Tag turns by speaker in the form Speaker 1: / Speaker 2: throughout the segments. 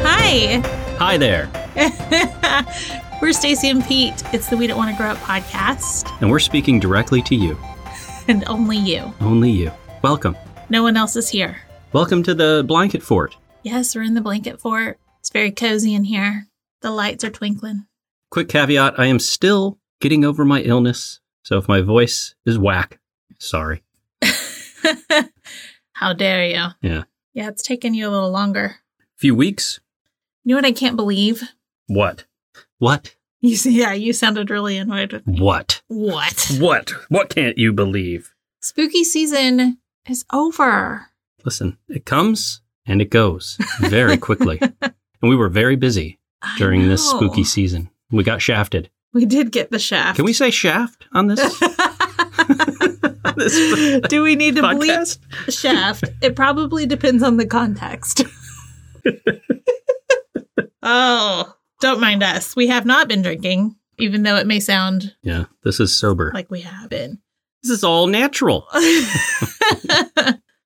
Speaker 1: Hi,
Speaker 2: Hi there.
Speaker 1: we're Stacy and Pete. It's the We Don't Want to Grow Up podcast,
Speaker 2: And we're speaking directly to you,
Speaker 1: and only you.
Speaker 2: only you. Welcome.
Speaker 1: No one else is here.
Speaker 2: Welcome to the blanket fort.
Speaker 1: Yes, we're in the blanket fort. It's very cozy in here. The lights are twinkling.
Speaker 2: Quick caveat I am still getting over my illness. So if my voice is whack, sorry.
Speaker 1: How dare you?
Speaker 2: Yeah.
Speaker 1: Yeah, it's taken you a little longer.
Speaker 2: Few weeks.
Speaker 1: You know what I can't believe?
Speaker 2: What? What?
Speaker 1: You see, yeah, you sounded really annoyed with me.
Speaker 2: What?
Speaker 1: What?
Speaker 2: What? What can't you believe?
Speaker 1: Spooky season is over.
Speaker 2: Listen, it comes and it goes very quickly. and we were very busy
Speaker 1: I
Speaker 2: during this
Speaker 1: know.
Speaker 2: spooky season. We got shafted.
Speaker 1: We did get the shaft.
Speaker 2: Can we say shaft on this? this
Speaker 1: Do we need to bleep
Speaker 2: podcast?
Speaker 1: shaft? It probably depends on the context. oh, don't mind us. We have not been drinking, even though it may sound
Speaker 2: Yeah, this is sober.
Speaker 1: like we have been.
Speaker 2: This is all natural.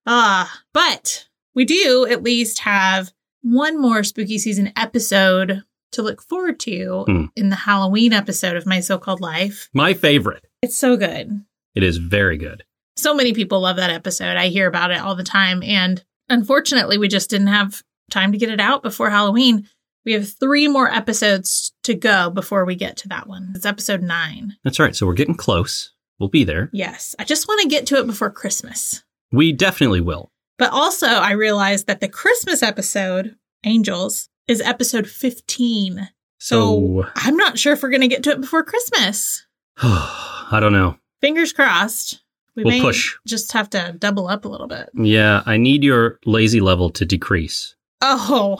Speaker 1: ah, but we do at least have one more spooky season episode to look forward to
Speaker 2: Hmm.
Speaker 1: in the Halloween episode of My So Called Life.
Speaker 2: My favorite.
Speaker 1: It's so good.
Speaker 2: It is very good.
Speaker 1: so many people love that episode. I hear about it all the time. And unfortunately, we just didn't have time to get it out before Halloween. We have three more episodes to go before we get to that one. It's episode nine.
Speaker 2: That's right. So we're getting close. We'll be there.
Speaker 1: Yes. I just want to get to it before Christmas.
Speaker 2: We definitely will.
Speaker 1: But also, I realized that the Christmas episode, Angels, is episode 15. So
Speaker 2: So-
Speaker 1: I'm not sure if we're going to get to it before Christmas.
Speaker 2: I don't know.
Speaker 1: Fingers crossed. We
Speaker 2: We'll push.
Speaker 1: just have to double up a little bit.
Speaker 2: Yeah, I need your lazy level to decrease.
Speaker 1: Oh,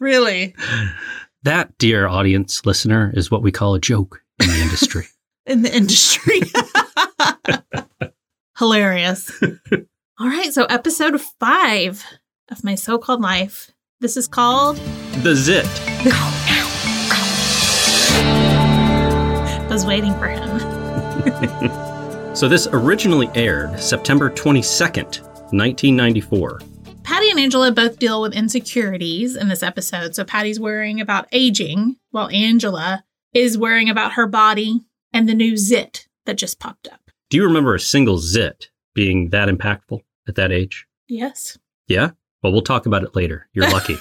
Speaker 1: really?
Speaker 2: That, dear audience listener, is what we call a joke in the industry.
Speaker 1: in the industry. Hilarious. All right, so episode five of my so called life. This is called
Speaker 2: the zit.
Speaker 1: I Was Waiting for Him.
Speaker 2: So this originally aired September 22nd, 1994.
Speaker 1: Patty and Angela both deal with insecurities in this episode. So Patty's worrying about aging, while Angela is worrying about her body and the new zit that just popped up.
Speaker 2: Do you remember a single zit being that impactful at that age?
Speaker 1: Yes.
Speaker 2: Yeah? Well, we'll talk about it later. You're lucky.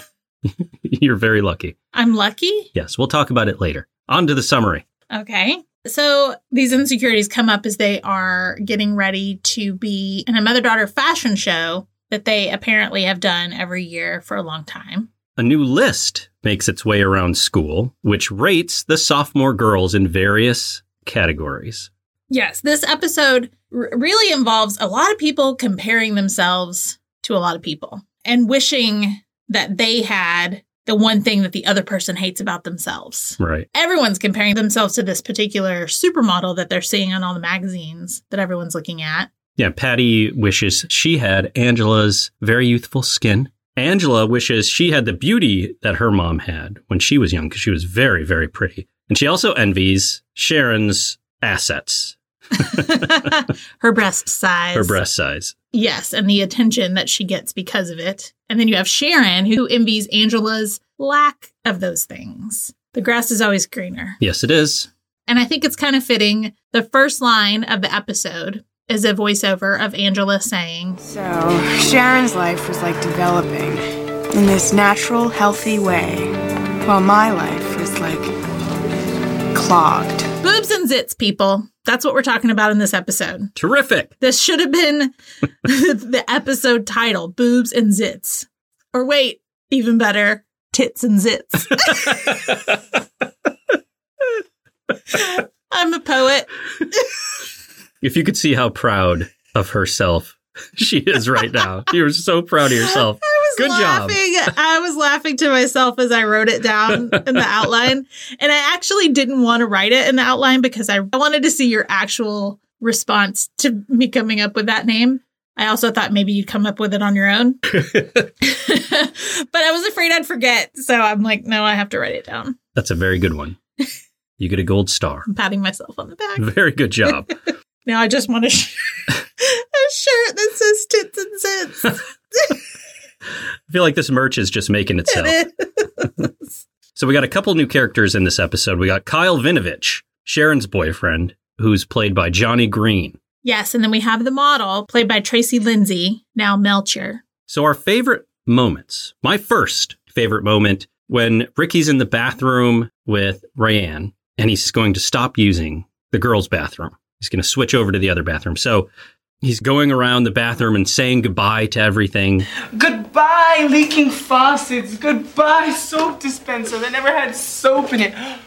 Speaker 2: You're very lucky.
Speaker 1: I'm lucky.
Speaker 2: Yes, we'll talk about it later. On to the summary.
Speaker 1: Okay. So these insecurities come up as they are getting ready to be in a mother daughter fashion show that they apparently have done every year for a long time.
Speaker 2: A new list makes its way around school, which rates the sophomore girls in various categories.
Speaker 1: Yes. This episode r- really involves a lot of people comparing themselves to a lot of people and wishing that they had the one thing that the other person hates about themselves.
Speaker 2: Right.
Speaker 1: everyone's comparing themselves to this particular supermodel that they're seeing on all the magazines that everyone's looking at.
Speaker 2: Yeah, Patty wishes she had Angela's very youthful skin. Angela wishes she had the beauty that her mom had when she was young because she was very, very pretty. And she also envies Sharon's assets,
Speaker 1: her breast size.
Speaker 2: her breast size.
Speaker 1: Yes, and the attention that she gets because of it. And then you have Sharon, who envies Angela's lack of those things. The grass is always greener.
Speaker 2: Yes, it is.
Speaker 1: And I think it's kind of fitting. The first line of the episode is a voiceover of Angela saying,
Speaker 3: So, Sharon's life was like developing in this natural, healthy way, while my life was like clogged.
Speaker 1: Boobs and zits, people. That's what we're talking about in this episode.
Speaker 2: Terrific.
Speaker 1: This should have been the episode title Boobs and Zits. Or wait, even better, Tits and Zits. I'm a poet.
Speaker 2: If you could see how proud of herself she is right now, you're so proud of yourself.
Speaker 1: I was
Speaker 2: Good job.
Speaker 1: laughing. I was laughing to myself as I wrote it down in the outline. And I actually didn't want to write it in the outline because I wanted to see your actual response to me coming up with that name. I also thought maybe you'd come up with it on your own. but I was afraid I'd forget. So I'm like, no, I have to write it down.
Speaker 2: That's a very good one. You get a gold star.
Speaker 1: I'm patting myself on the back.
Speaker 2: Very good job.
Speaker 1: Now I just want a, sh- a shirt that says tits and zits.
Speaker 2: I feel like this merch is just making itself.
Speaker 1: It is.
Speaker 2: So we got a couple new characters in this episode. We got Kyle Vinovich, Sharon's boyfriend, who's played by Johnny Green.
Speaker 1: yes. And then we have the model played by Tracy Lindsay, now Melcher.
Speaker 2: So our favorite moments, my first favorite moment, when Ricky's in the bathroom with Ryan and he's going to stop using the girls' bathroom. He's going to switch over to the other bathroom. So he's going around the bathroom and saying goodbye to everything.
Speaker 4: Goodbye, leaking faucets. Goodbye, soap dispenser that never had soap in it.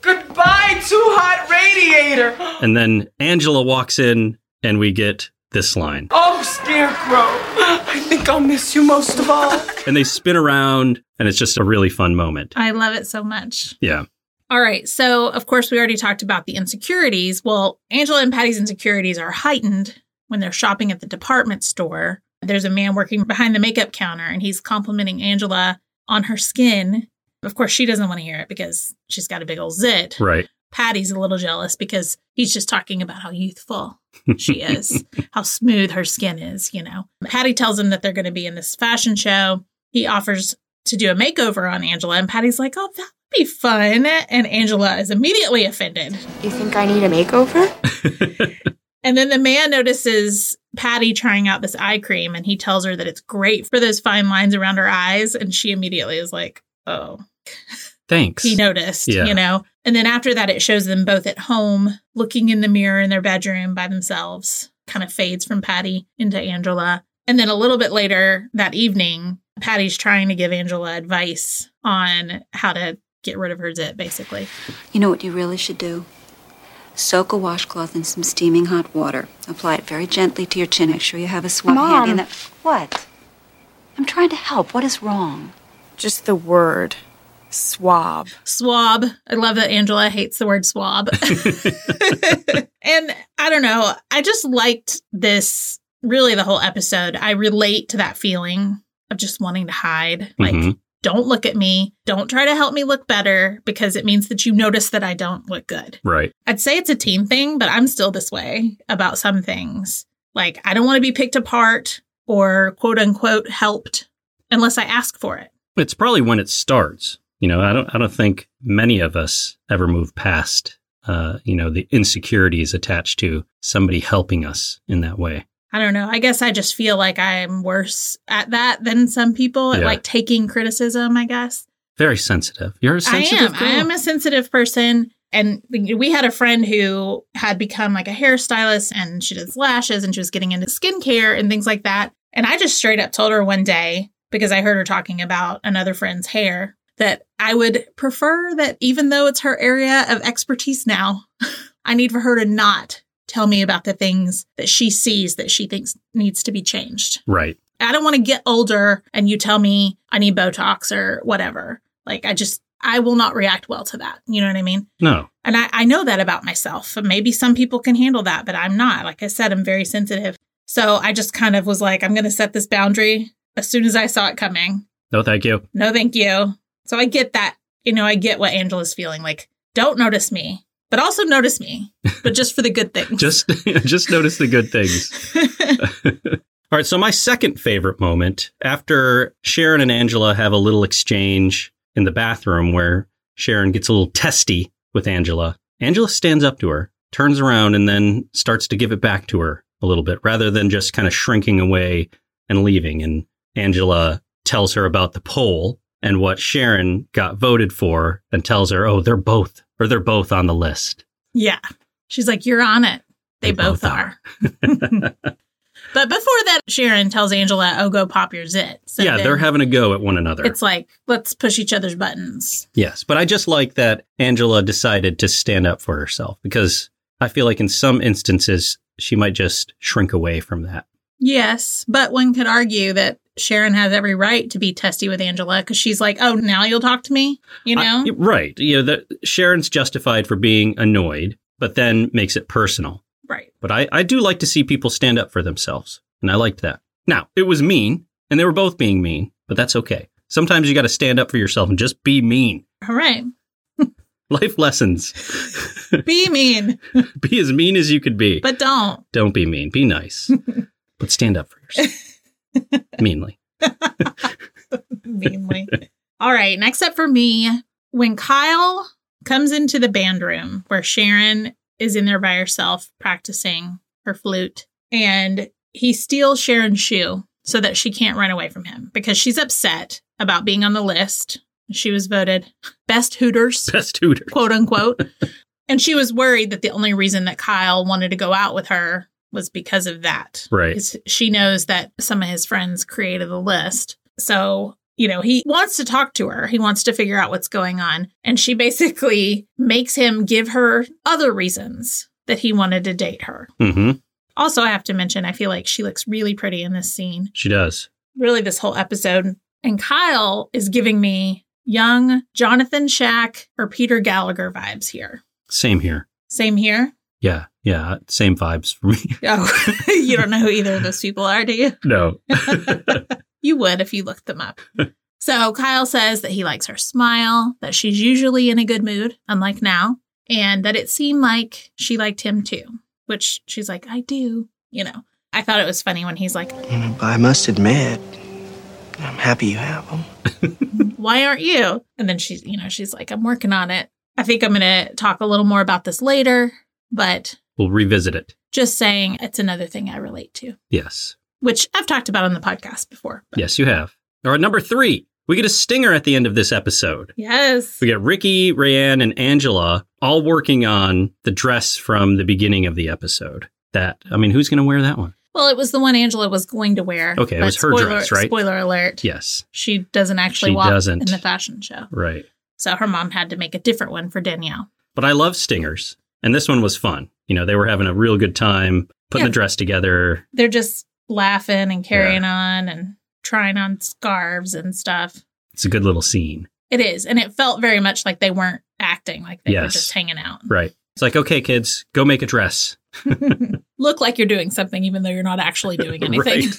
Speaker 4: Goodbye, too hot radiator.
Speaker 2: And then Angela walks in and we get this line.
Speaker 4: Oh, scarecrow. I think I'll miss you most of all.
Speaker 2: And they spin around and it's just a really fun moment.
Speaker 1: I love it so much.
Speaker 2: Yeah.
Speaker 1: All right. So, of course, we already talked about the insecurities. Well, Angela and Patty's insecurities are heightened when they're shopping at the department store. There's a man working behind the makeup counter and he's complimenting Angela on her skin. Of course, she doesn't want to hear it because she's got a big old zit.
Speaker 2: Right.
Speaker 1: Patty's a little jealous because he's just talking about how youthful she is, how smooth her skin is, you know. Patty tells him that they're going to be in this fashion show. He offers to do a makeover on Angela, and Patty's like, oh, that'd be fun. And Angela is immediately offended.
Speaker 3: You think I need a makeover?
Speaker 1: And then the man notices Patty trying out this eye cream, and he tells her that it's great for those fine lines around her eyes. And she immediately is like, oh.
Speaker 2: Thanks.
Speaker 1: he noticed,
Speaker 2: Yeah.
Speaker 1: you know. And then after that, it shows them both at home looking in the mirror in their bedroom by themselves, kind of fades from Patty into Angela. And then a little bit later that evening, Patty's trying to give Angela advice on how to get rid of her zit, basically.
Speaker 5: You know what you really should do? Soak a washcloth in some steaming hot water. Apply it very gently to your chin. Make sure you have a swab handy.
Speaker 3: Mom.
Speaker 5: And that, what? I'm trying to help. What is wrong?
Speaker 3: Just the word swab.
Speaker 1: Swab. I love that Angela hates the word swab. and I don't know. I just liked this really the whole episode. I relate to that feeling of just wanting to hide. Like,
Speaker 2: Mhm.
Speaker 1: don't look at me. Don't try to help me look better because it means that you notice that I don't look good.
Speaker 2: Right.
Speaker 1: I'd say it's a team thing, but I'm still this way about some things. Like, I don't want to be picked apart or quote unquote helped unless I ask for it.
Speaker 2: It's probably when it starts. You know, I don't I don't think many of us ever move past uh, you know, the insecurities attached to somebody helping us in that way.
Speaker 1: I don't know. I guess I just feel like I'm worse at that than some people at
Speaker 2: Yeah.
Speaker 1: like taking criticism, I guess.
Speaker 2: Very sensitive. You're a
Speaker 1: I
Speaker 2: sensitive
Speaker 1: am.
Speaker 2: girl.
Speaker 1: I am a sensitive person. And we had a friend who had become like a hairstylist and she does lashes and she was getting into skincare and things like that. And I just straight up told her one day, because I heard her talking about another friend's hair, that I would prefer that even though it's her area of expertise now, I need for her to not tell me about the things that she sees that she thinks needs to be changed.
Speaker 2: right.
Speaker 1: I don't want to get older and you tell me I need Botox or whatever. Like, I just, I will not react well to that. You know what I mean?
Speaker 2: No.
Speaker 1: And I, I know that about myself. Maybe some people can handle that, but I'm not. Like I said, I'm very sensitive. So I just kind of was like, I'm going to set this boundary as soon as I saw it coming.
Speaker 2: No, thank you.
Speaker 1: No, thank you. So I get that. You know, I get what Angela's feeling. Like, don't notice me, but also notice me, but just for the good things.
Speaker 2: Just just notice the good things. All right, so my second favorite moment after Sharon and Angela have a little exchange in the bathroom where Sharon gets a little testy with Angela. Angela stands up to her, turns around, and then starts to give it back to her a little bit rather than just kind of shrinking away and leaving. And Angela tells her about the poll and what Sharon got voted for and tells her, oh, they're both, or they're both on the list.
Speaker 1: Yeah. She's like, You're on it. They, both, are. but before that, Sharon tells Angela, Oh, go pop your zit. So
Speaker 2: yeah,
Speaker 1: then
Speaker 2: they're having a go at one another.
Speaker 1: It's like, let's push each other's buttons.
Speaker 2: Yes, but I just like that Angela decided to stand up for herself because I feel like in some instances she might just shrink away from that.
Speaker 1: Yes. But one could argue that Sharon has every right to be testy with Angela because she's like, Oh, now you'll talk to me? You know?
Speaker 2: I- right? You know, the, Sharon's justified for being annoyed, but then makes it personal.
Speaker 1: right.
Speaker 2: But I, I do like to see people stand up for themselves. And I liked that. Now, it was mean, and they were both being mean, but that's okay. Sometimes you got to stand up for yourself and just be mean.
Speaker 1: All right.
Speaker 2: Life lessons.
Speaker 1: Be mean,
Speaker 2: be as mean as you could be.
Speaker 1: but don't.
Speaker 2: Don't be mean. Be nice. but stand up for yourself. Meanly.
Speaker 1: meanly. All right, next up for me, when Kyle comes into the band room where Sharon is in there by herself practicing her flute, and he steals Sharon's shoe so that she can't run away from him because she's upset about being on the list. She was voted best Hooters,
Speaker 2: Best tutor.
Speaker 1: quote unquote. and she was worried that the only reason that Kyle wanted to go out with her was because of that.
Speaker 2: Right.
Speaker 1: Because she knows that some of his friends created the list. So, you know, he wants to talk to her. He wants to figure out what's going on. And she basically makes him give her other reasons that he wanted to date her.
Speaker 2: hmm
Speaker 1: Also, I have to mention, I feel like she looks really pretty in this scene,
Speaker 2: She does.
Speaker 1: really, this whole episode. And Kyle is giving me young Jonathan Shack or Peter Gallagher vibes here.
Speaker 2: Same here.
Speaker 1: Same here.
Speaker 2: Yeah. Yeah. Same vibes for me.
Speaker 1: Oh, you don't know who either of those people are, do you?
Speaker 2: no.
Speaker 1: You would if you looked them up. so Kyle says that he likes her smile, that she's usually in a good mood, unlike now, and that it seemed like she liked him too, which she's like, I do, you know. I thought it was funny when he's like,
Speaker 6: But I must admit, I'm happy you have them.
Speaker 1: Why aren't you? And then she's, you know, she's like, I'm working on it. I think I'm going to talk a little more about this later, but
Speaker 2: we'll revisit it.
Speaker 1: just saying it's another thing I relate to,
Speaker 2: Yes.
Speaker 1: which I've talked about on the podcast before.
Speaker 2: Yes, you have. All right. Number three. We get a stinger at the end of this episode.
Speaker 1: Yes.
Speaker 2: We get Ricky, Rayanne, and Angela all working on the dress from the beginning of the episode. That, I mean, who's going to wear that one?
Speaker 1: Well, it was the one Angela was going to wear.
Speaker 2: Okay, it
Speaker 1: but
Speaker 2: was her
Speaker 1: spoiler,
Speaker 2: dress, right?
Speaker 1: Spoiler alert.
Speaker 2: Yes.
Speaker 1: She doesn't actually
Speaker 2: She
Speaker 1: walk
Speaker 2: doesn't.
Speaker 1: in the fashion show.
Speaker 2: Right.
Speaker 1: So her mom had to make a different one for Danielle.
Speaker 2: But I love stingers. And this one was fun. You know, they were having a real good time putting
Speaker 1: Yeah.
Speaker 2: the dress together.
Speaker 1: They're just laughing and carrying on and trying on scarves and stuff.
Speaker 2: It's a good little scene.
Speaker 1: It is. And it felt very much like they weren't acting, like they were
Speaker 2: Yes.
Speaker 1: just hanging out.
Speaker 2: Right. It's like, okay, kids, go make a dress.
Speaker 1: Look like you're doing something, even though you're not actually doing anything.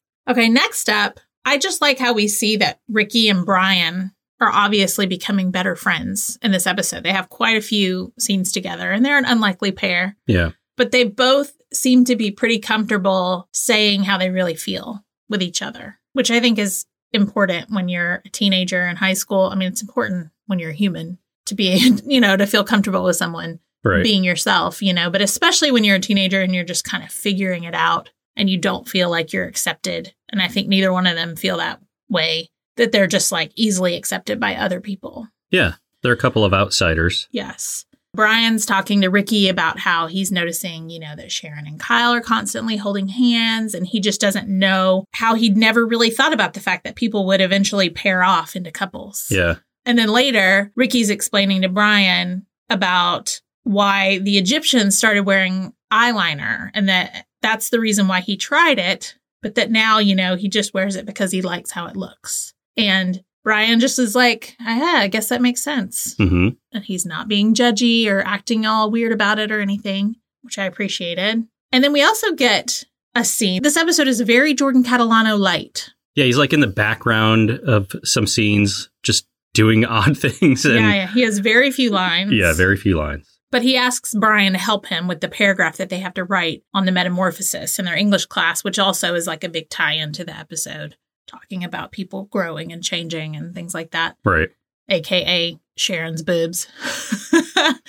Speaker 1: okay, next up, I just like how we see that Ricky and Brian are obviously becoming better friends in this episode. They have quite a few scenes together, and they're an unlikely pair.
Speaker 2: Yeah.
Speaker 1: but they both seem to be pretty comfortable saying how they really feel with each other, which I think is important when you're a teenager in high school. I mean, it's important when you're a human to be, you know, to feel comfortable with someone
Speaker 2: Right.
Speaker 1: being yourself, you know, but especially when you're a teenager and you're just kind of figuring it out and you don't feel like you're accepted. And I think neither one of them feel that way, that they're just like easily accepted by other people.
Speaker 2: Yeah. They're a couple of outsiders.
Speaker 1: Yes. Brian's talking to Ricky about how he's noticing, you know, that Sharon and Kyle are constantly holding hands, and he just doesn't know how he'd never really thought about the fact that people would eventually pair off into couples.
Speaker 2: Yeah.
Speaker 1: And then later, Ricky's explaining to Brian about why the Egyptians started wearing eyeliner and that that's the reason why he tried it, but that now, you know, he just wears it because he likes how it looks. And Brian just is like, "Ah, yeah, I guess that makes sense
Speaker 2: hmm
Speaker 1: and he's not being judgy or acting all weird about it or anything, which I appreciated. And then we also get a scene. This episode is very Jordan Catalano light.
Speaker 2: Yeah. He's like in the background of some scenes, just doing odd things. And
Speaker 1: yeah, yeah, he has very few lines.
Speaker 2: yeah, very few lines.
Speaker 1: But he asks Brian to help him with the paragraph that they have to write on the metamorphosis in their English class, which also is like a big tie in to the episode, talking about people growing and changing and things like that.
Speaker 2: Right.
Speaker 1: aka Sharon's boobs.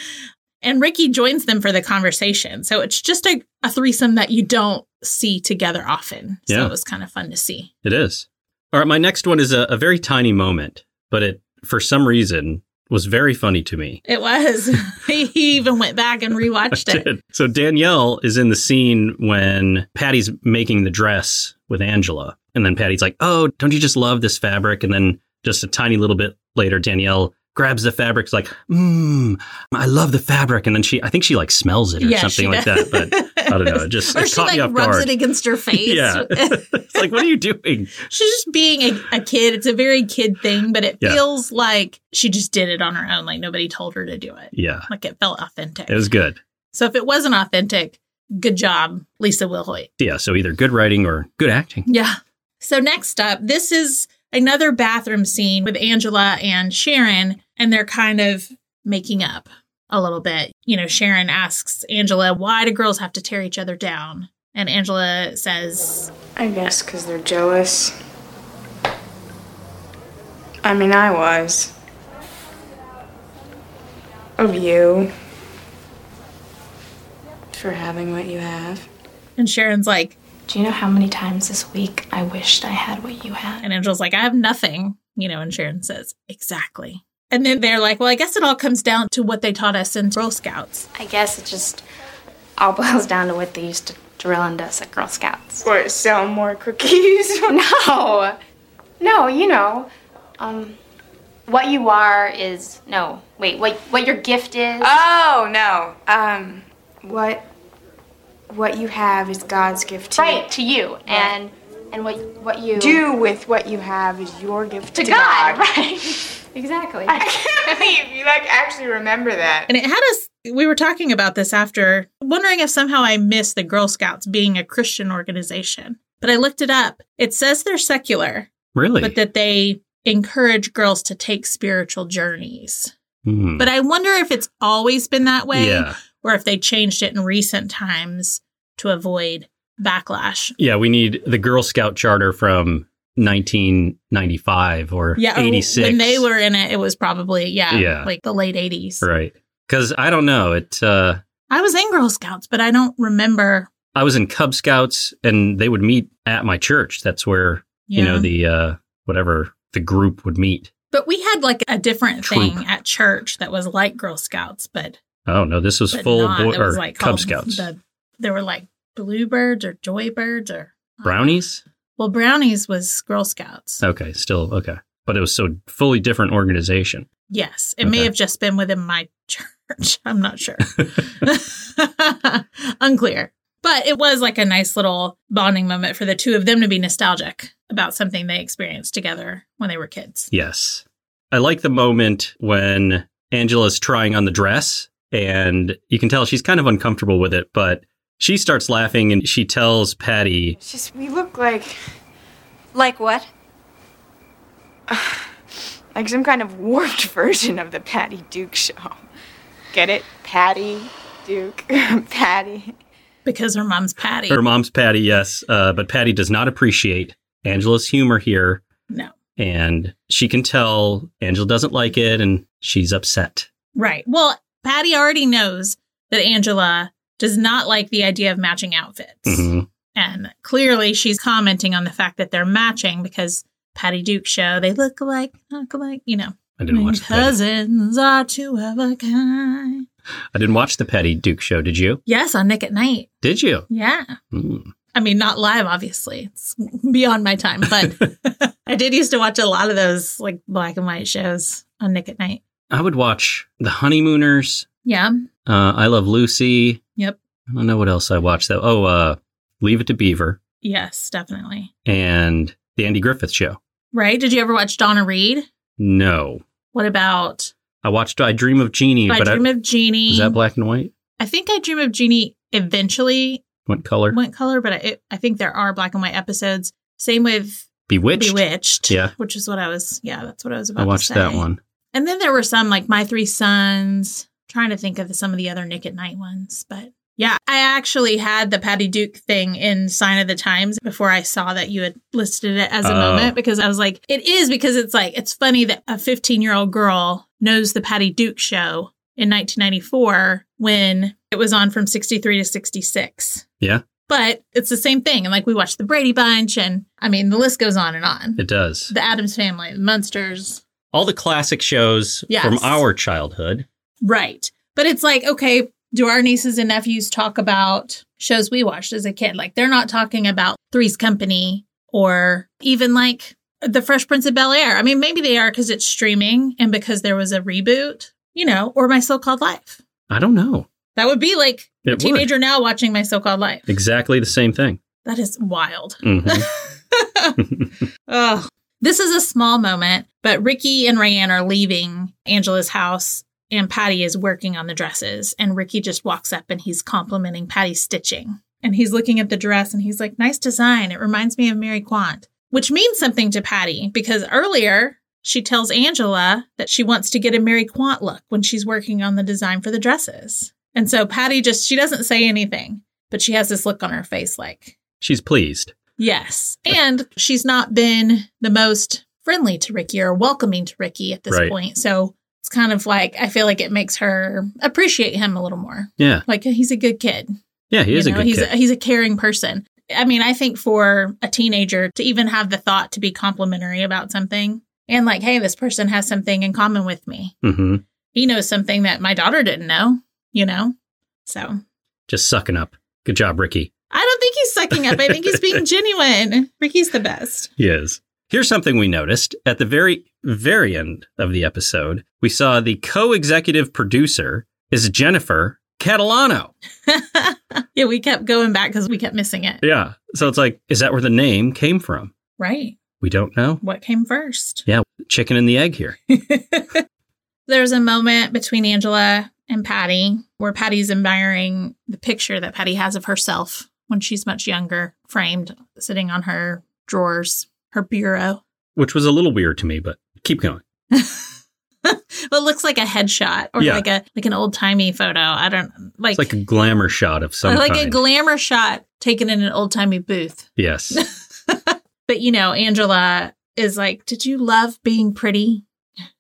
Speaker 1: and Ricky joins them for the conversation. So it's just a, a threesome that you don't see together often. So
Speaker 2: Yeah.
Speaker 1: it was kind of fun to see.
Speaker 2: It is. All right. My next one is a, a very tiny moment, but it, for some reason, was very funny to me.
Speaker 1: It was. he even went back and rewatched it.
Speaker 2: did. So Danielle is in the scene when Patty's making the dress with Angela. And then Patty's like, Oh, don't you just love this fabric? And then just a tiny little bit later, Danielle grabs the fabric, is like, Mmm, I love the fabric. And then she, I think she like smells it or something like that. But I don't know. It just
Speaker 1: or
Speaker 2: it
Speaker 1: she
Speaker 2: caught
Speaker 1: like
Speaker 2: me off
Speaker 1: rubs
Speaker 2: guard.
Speaker 1: it against her face.
Speaker 2: Yeah. it's like, What are you doing?
Speaker 1: She's just being a, a kid. It's a very kid thing, but it
Speaker 2: Yeah.
Speaker 1: feels like she just did it on her own. Like nobody told her to do it.
Speaker 2: Yeah.
Speaker 1: Like it felt authentic.
Speaker 2: It was good.
Speaker 1: So if it wasn't authentic, Good job, Lisa Wilhoit.
Speaker 2: Yeah, so either good writing or good acting.
Speaker 1: Yeah. So next up, this is another bathroom scene with Angela and Sharon, and they're kind of making up a little bit. You know, Sharon asks Angela, why do girls have to tear each other down? And Angela says,
Speaker 3: I guess because they're jealous. I mean, I was. Of you. For having what you have.
Speaker 1: and Sharon's like,
Speaker 7: Do you know how many times this week I wished I had what you had?
Speaker 1: and Angela's like, I have nothing, you know, and Sharon says, exactly. And then they're like, well, I guess it all comes down to what they taught us in Girl Scouts.
Speaker 7: I guess it just all boils down to what they used to drill into us at Girl Scouts.
Speaker 4: Or sell more cookies.
Speaker 7: No, no, you know, um, what you are is no. Wait, what what your gift is?
Speaker 3: Oh, no. Um, what. What you have is God's gift to you.
Speaker 7: right to you, and and what what you
Speaker 3: Do with what you have is your gift to,
Speaker 7: to God, right? exactly.
Speaker 4: can't believe you like actually remember that.
Speaker 1: And it had us, we were talking about this after, wondering if somehow I missed the Girl Scouts being a Christian organization. But I looked it up. It says they're secular,
Speaker 2: Really?
Speaker 1: but that they encourage girls to take spiritual journeys.
Speaker 2: Hmm.
Speaker 1: But I wonder if it's always been that way
Speaker 2: yeah.
Speaker 1: or if they changed it in recent times to avoid backlash.
Speaker 2: Yeah, we need the Girl Scout charter from 1995 or
Speaker 1: Yeah, or
Speaker 2: 86.
Speaker 1: when they were in it, it was probably yeah,
Speaker 2: Yeah.
Speaker 1: like the late eighties.
Speaker 2: Right. Because I don't know. It. Uh,
Speaker 1: I was in Girl Scouts, but I don't remember.
Speaker 2: I was in Cub Scouts, and they would meet at my church. That's where you know the uh, whatever the group would meet.
Speaker 1: but we had like a different
Speaker 2: Troop.
Speaker 1: thing at church that was like Girl Scouts, but
Speaker 2: Oh no, this was
Speaker 1: but
Speaker 2: full
Speaker 1: not.
Speaker 2: boy
Speaker 1: it
Speaker 2: or
Speaker 1: was like
Speaker 2: Cub
Speaker 1: called
Speaker 2: Scouts.
Speaker 1: The, there were like bluebirds or joybirds or
Speaker 2: Brownies.
Speaker 1: Well, brownies was Girl Scouts.
Speaker 2: Okay, still okay, but it was so fully different organization.
Speaker 1: Yes, it may
Speaker 2: Okay.
Speaker 1: have just been within my church. I'm not sure. Unclear. But it was like a nice little bonding moment for the two of them to be nostalgic about something they experienced together when they were kids.
Speaker 2: Yes, I like the moment when Angela's trying on the dress, and you can tell she's kind of uncomfortable with it, but. She starts laughing and she tells Patty,
Speaker 3: It's just, we look like.
Speaker 5: Like what?
Speaker 3: Like some kind of warped version of the Patty Duke show. Get it? Patty Duke. Patty.
Speaker 1: Because her mom's Patty.
Speaker 2: her mom's Patty, yes, uh, but Patty does not appreciate Angela's humor here,
Speaker 1: no.
Speaker 2: and she can tell Angela doesn't like it, and she's upset.
Speaker 1: Right. Well, Patty already knows that Angela does not like the idea of matching outfits.
Speaker 2: Mhm.
Speaker 1: And clearly she's commenting on the fact that they're matching because Patty Duke show, they look alike, look alike, you know.
Speaker 2: I didn't watch the Patty.
Speaker 1: cousins are two of a kind.
Speaker 2: I didn't watch the Patty Duke show. Did you?
Speaker 1: Yes, on Nick at Night.
Speaker 2: Did you?
Speaker 1: Yeah.
Speaker 2: Mm.
Speaker 1: I mean, not live, obviously. It's beyond my time, but I did used to watch a lot of those like black and white shows on Nick at Night.
Speaker 2: I would watch The Honeymooners.
Speaker 1: Yeah.
Speaker 2: Uh, I Love Lucy.
Speaker 1: Yep.
Speaker 2: I don't know what else I watched though. Oh, uh, Leave It to Beaver
Speaker 1: Yes, definitely.
Speaker 2: and The Andy Griffith Show.
Speaker 1: Right? Did you ever watch Donna Reed?
Speaker 2: No,
Speaker 1: What about
Speaker 2: I watched I Dream of Jeannie,
Speaker 1: I
Speaker 2: but
Speaker 1: Dream
Speaker 2: I,
Speaker 1: of Jeannie?
Speaker 2: was that black and white?
Speaker 1: I think I Dream of Jeannie eventually
Speaker 2: What color?
Speaker 1: went color, but I, it, I think there are black and white episodes. Same with
Speaker 2: Bewitched.
Speaker 1: Bewitched,
Speaker 2: Yeah.
Speaker 1: which is what I was. Yeah, that's what I was about.
Speaker 2: I watched
Speaker 1: to say.
Speaker 2: that one.
Speaker 1: and then there were some like My Three Sons. Trying to think of some of the other Nick at Night ones, but yeah, I actually had the Patty Duke thing in Sign of the Times before I saw that you had listed it as a
Speaker 2: Oh.
Speaker 1: moment because I was like, it is because it's like it's funny that a 15 year old girl knows the Patty Duke show in 1994 when it was on from 63 to 66
Speaker 2: Yeah,
Speaker 1: but it's the same thing. And like we watched the Brady Bunch, and I mean the list goes on and on.
Speaker 2: it does.
Speaker 1: The Adams Family, the Munsters,
Speaker 2: all the classic shows
Speaker 1: Yes.
Speaker 2: from our childhood.
Speaker 1: right? But it's like okay, do our nieces and nephews talk about shows we watched as a kid? Like they're not talking about Three's Company or even like The Fresh Prince of Bel Air. I mean, maybe they are because it's streaming and because there was a reboot, you know, or My So Called Life.
Speaker 2: I don't know.
Speaker 1: That would be like a
Speaker 2: It would.
Speaker 1: teenager now watching My So Called Life.
Speaker 2: Exactly the same thing.
Speaker 1: That is wild.
Speaker 2: Mhm.
Speaker 1: Ugh. This is a small moment, but Ricky and Rayanne are leaving Angela's house and Patty is working on the dresses, and Ricky just walks up and he's complimenting Patty's stitching. And he's looking at the dress and he's like, nice design. It reminds me of Mary Quant, which means something to Patty because earlier she tells Angela that she wants to get a Mary Quant look when she's working on the design for the dresses. And so Patty just, she doesn't say anything, but she has this look on her face like,
Speaker 2: She's pleased.
Speaker 1: yes. And she's not been the most friendly to Ricky or welcoming to Ricky at this
Speaker 2: Right.
Speaker 1: point. So it's kind of like, I feel like it makes her appreciate him a little more.
Speaker 2: Yeah.
Speaker 1: Like, he's a good kid.
Speaker 2: Yeah, he is
Speaker 1: You
Speaker 2: a
Speaker 1: know,
Speaker 2: good
Speaker 1: he's
Speaker 2: kid.
Speaker 1: A, he's a caring person. I mean, I think for a teenager to even have the thought to be complimentary about something and like, hey, this person has something in common with me.
Speaker 2: hmm
Speaker 1: He knows something that my daughter didn't know, you know? So I
Speaker 2: Just sucking up. Good job, Ricky.
Speaker 1: don't think he's sucking up. I think he's being genuine. Ricky's the best.
Speaker 2: He is. Here's something we noticed at the very, very end of the episode. We saw the co executive producer is Jennifer Catalano.
Speaker 1: yeah, we kept going back because we kept missing it.
Speaker 2: Yeah. So it's like, is that where the name came from?
Speaker 1: Right.
Speaker 2: We don't know.
Speaker 1: What came first?
Speaker 2: Yeah. Chicken and the egg here.
Speaker 1: There's a moment between Angela and Patty where Patty's admiring the picture that Patty has of herself when she's much younger, framed, sitting on her drawers, her bureau.
Speaker 2: Which was a little weird to me, but keep going.
Speaker 1: But it looks like a headshot or
Speaker 2: Yeah.
Speaker 1: like a like an old timey photo. I don't like
Speaker 2: It's like a glamour shot of some
Speaker 1: like a
Speaker 2: kind.
Speaker 1: glamour shot taken in an old timey booth.
Speaker 2: yes.
Speaker 1: But you know, Angela is like, "Did you love being pretty?"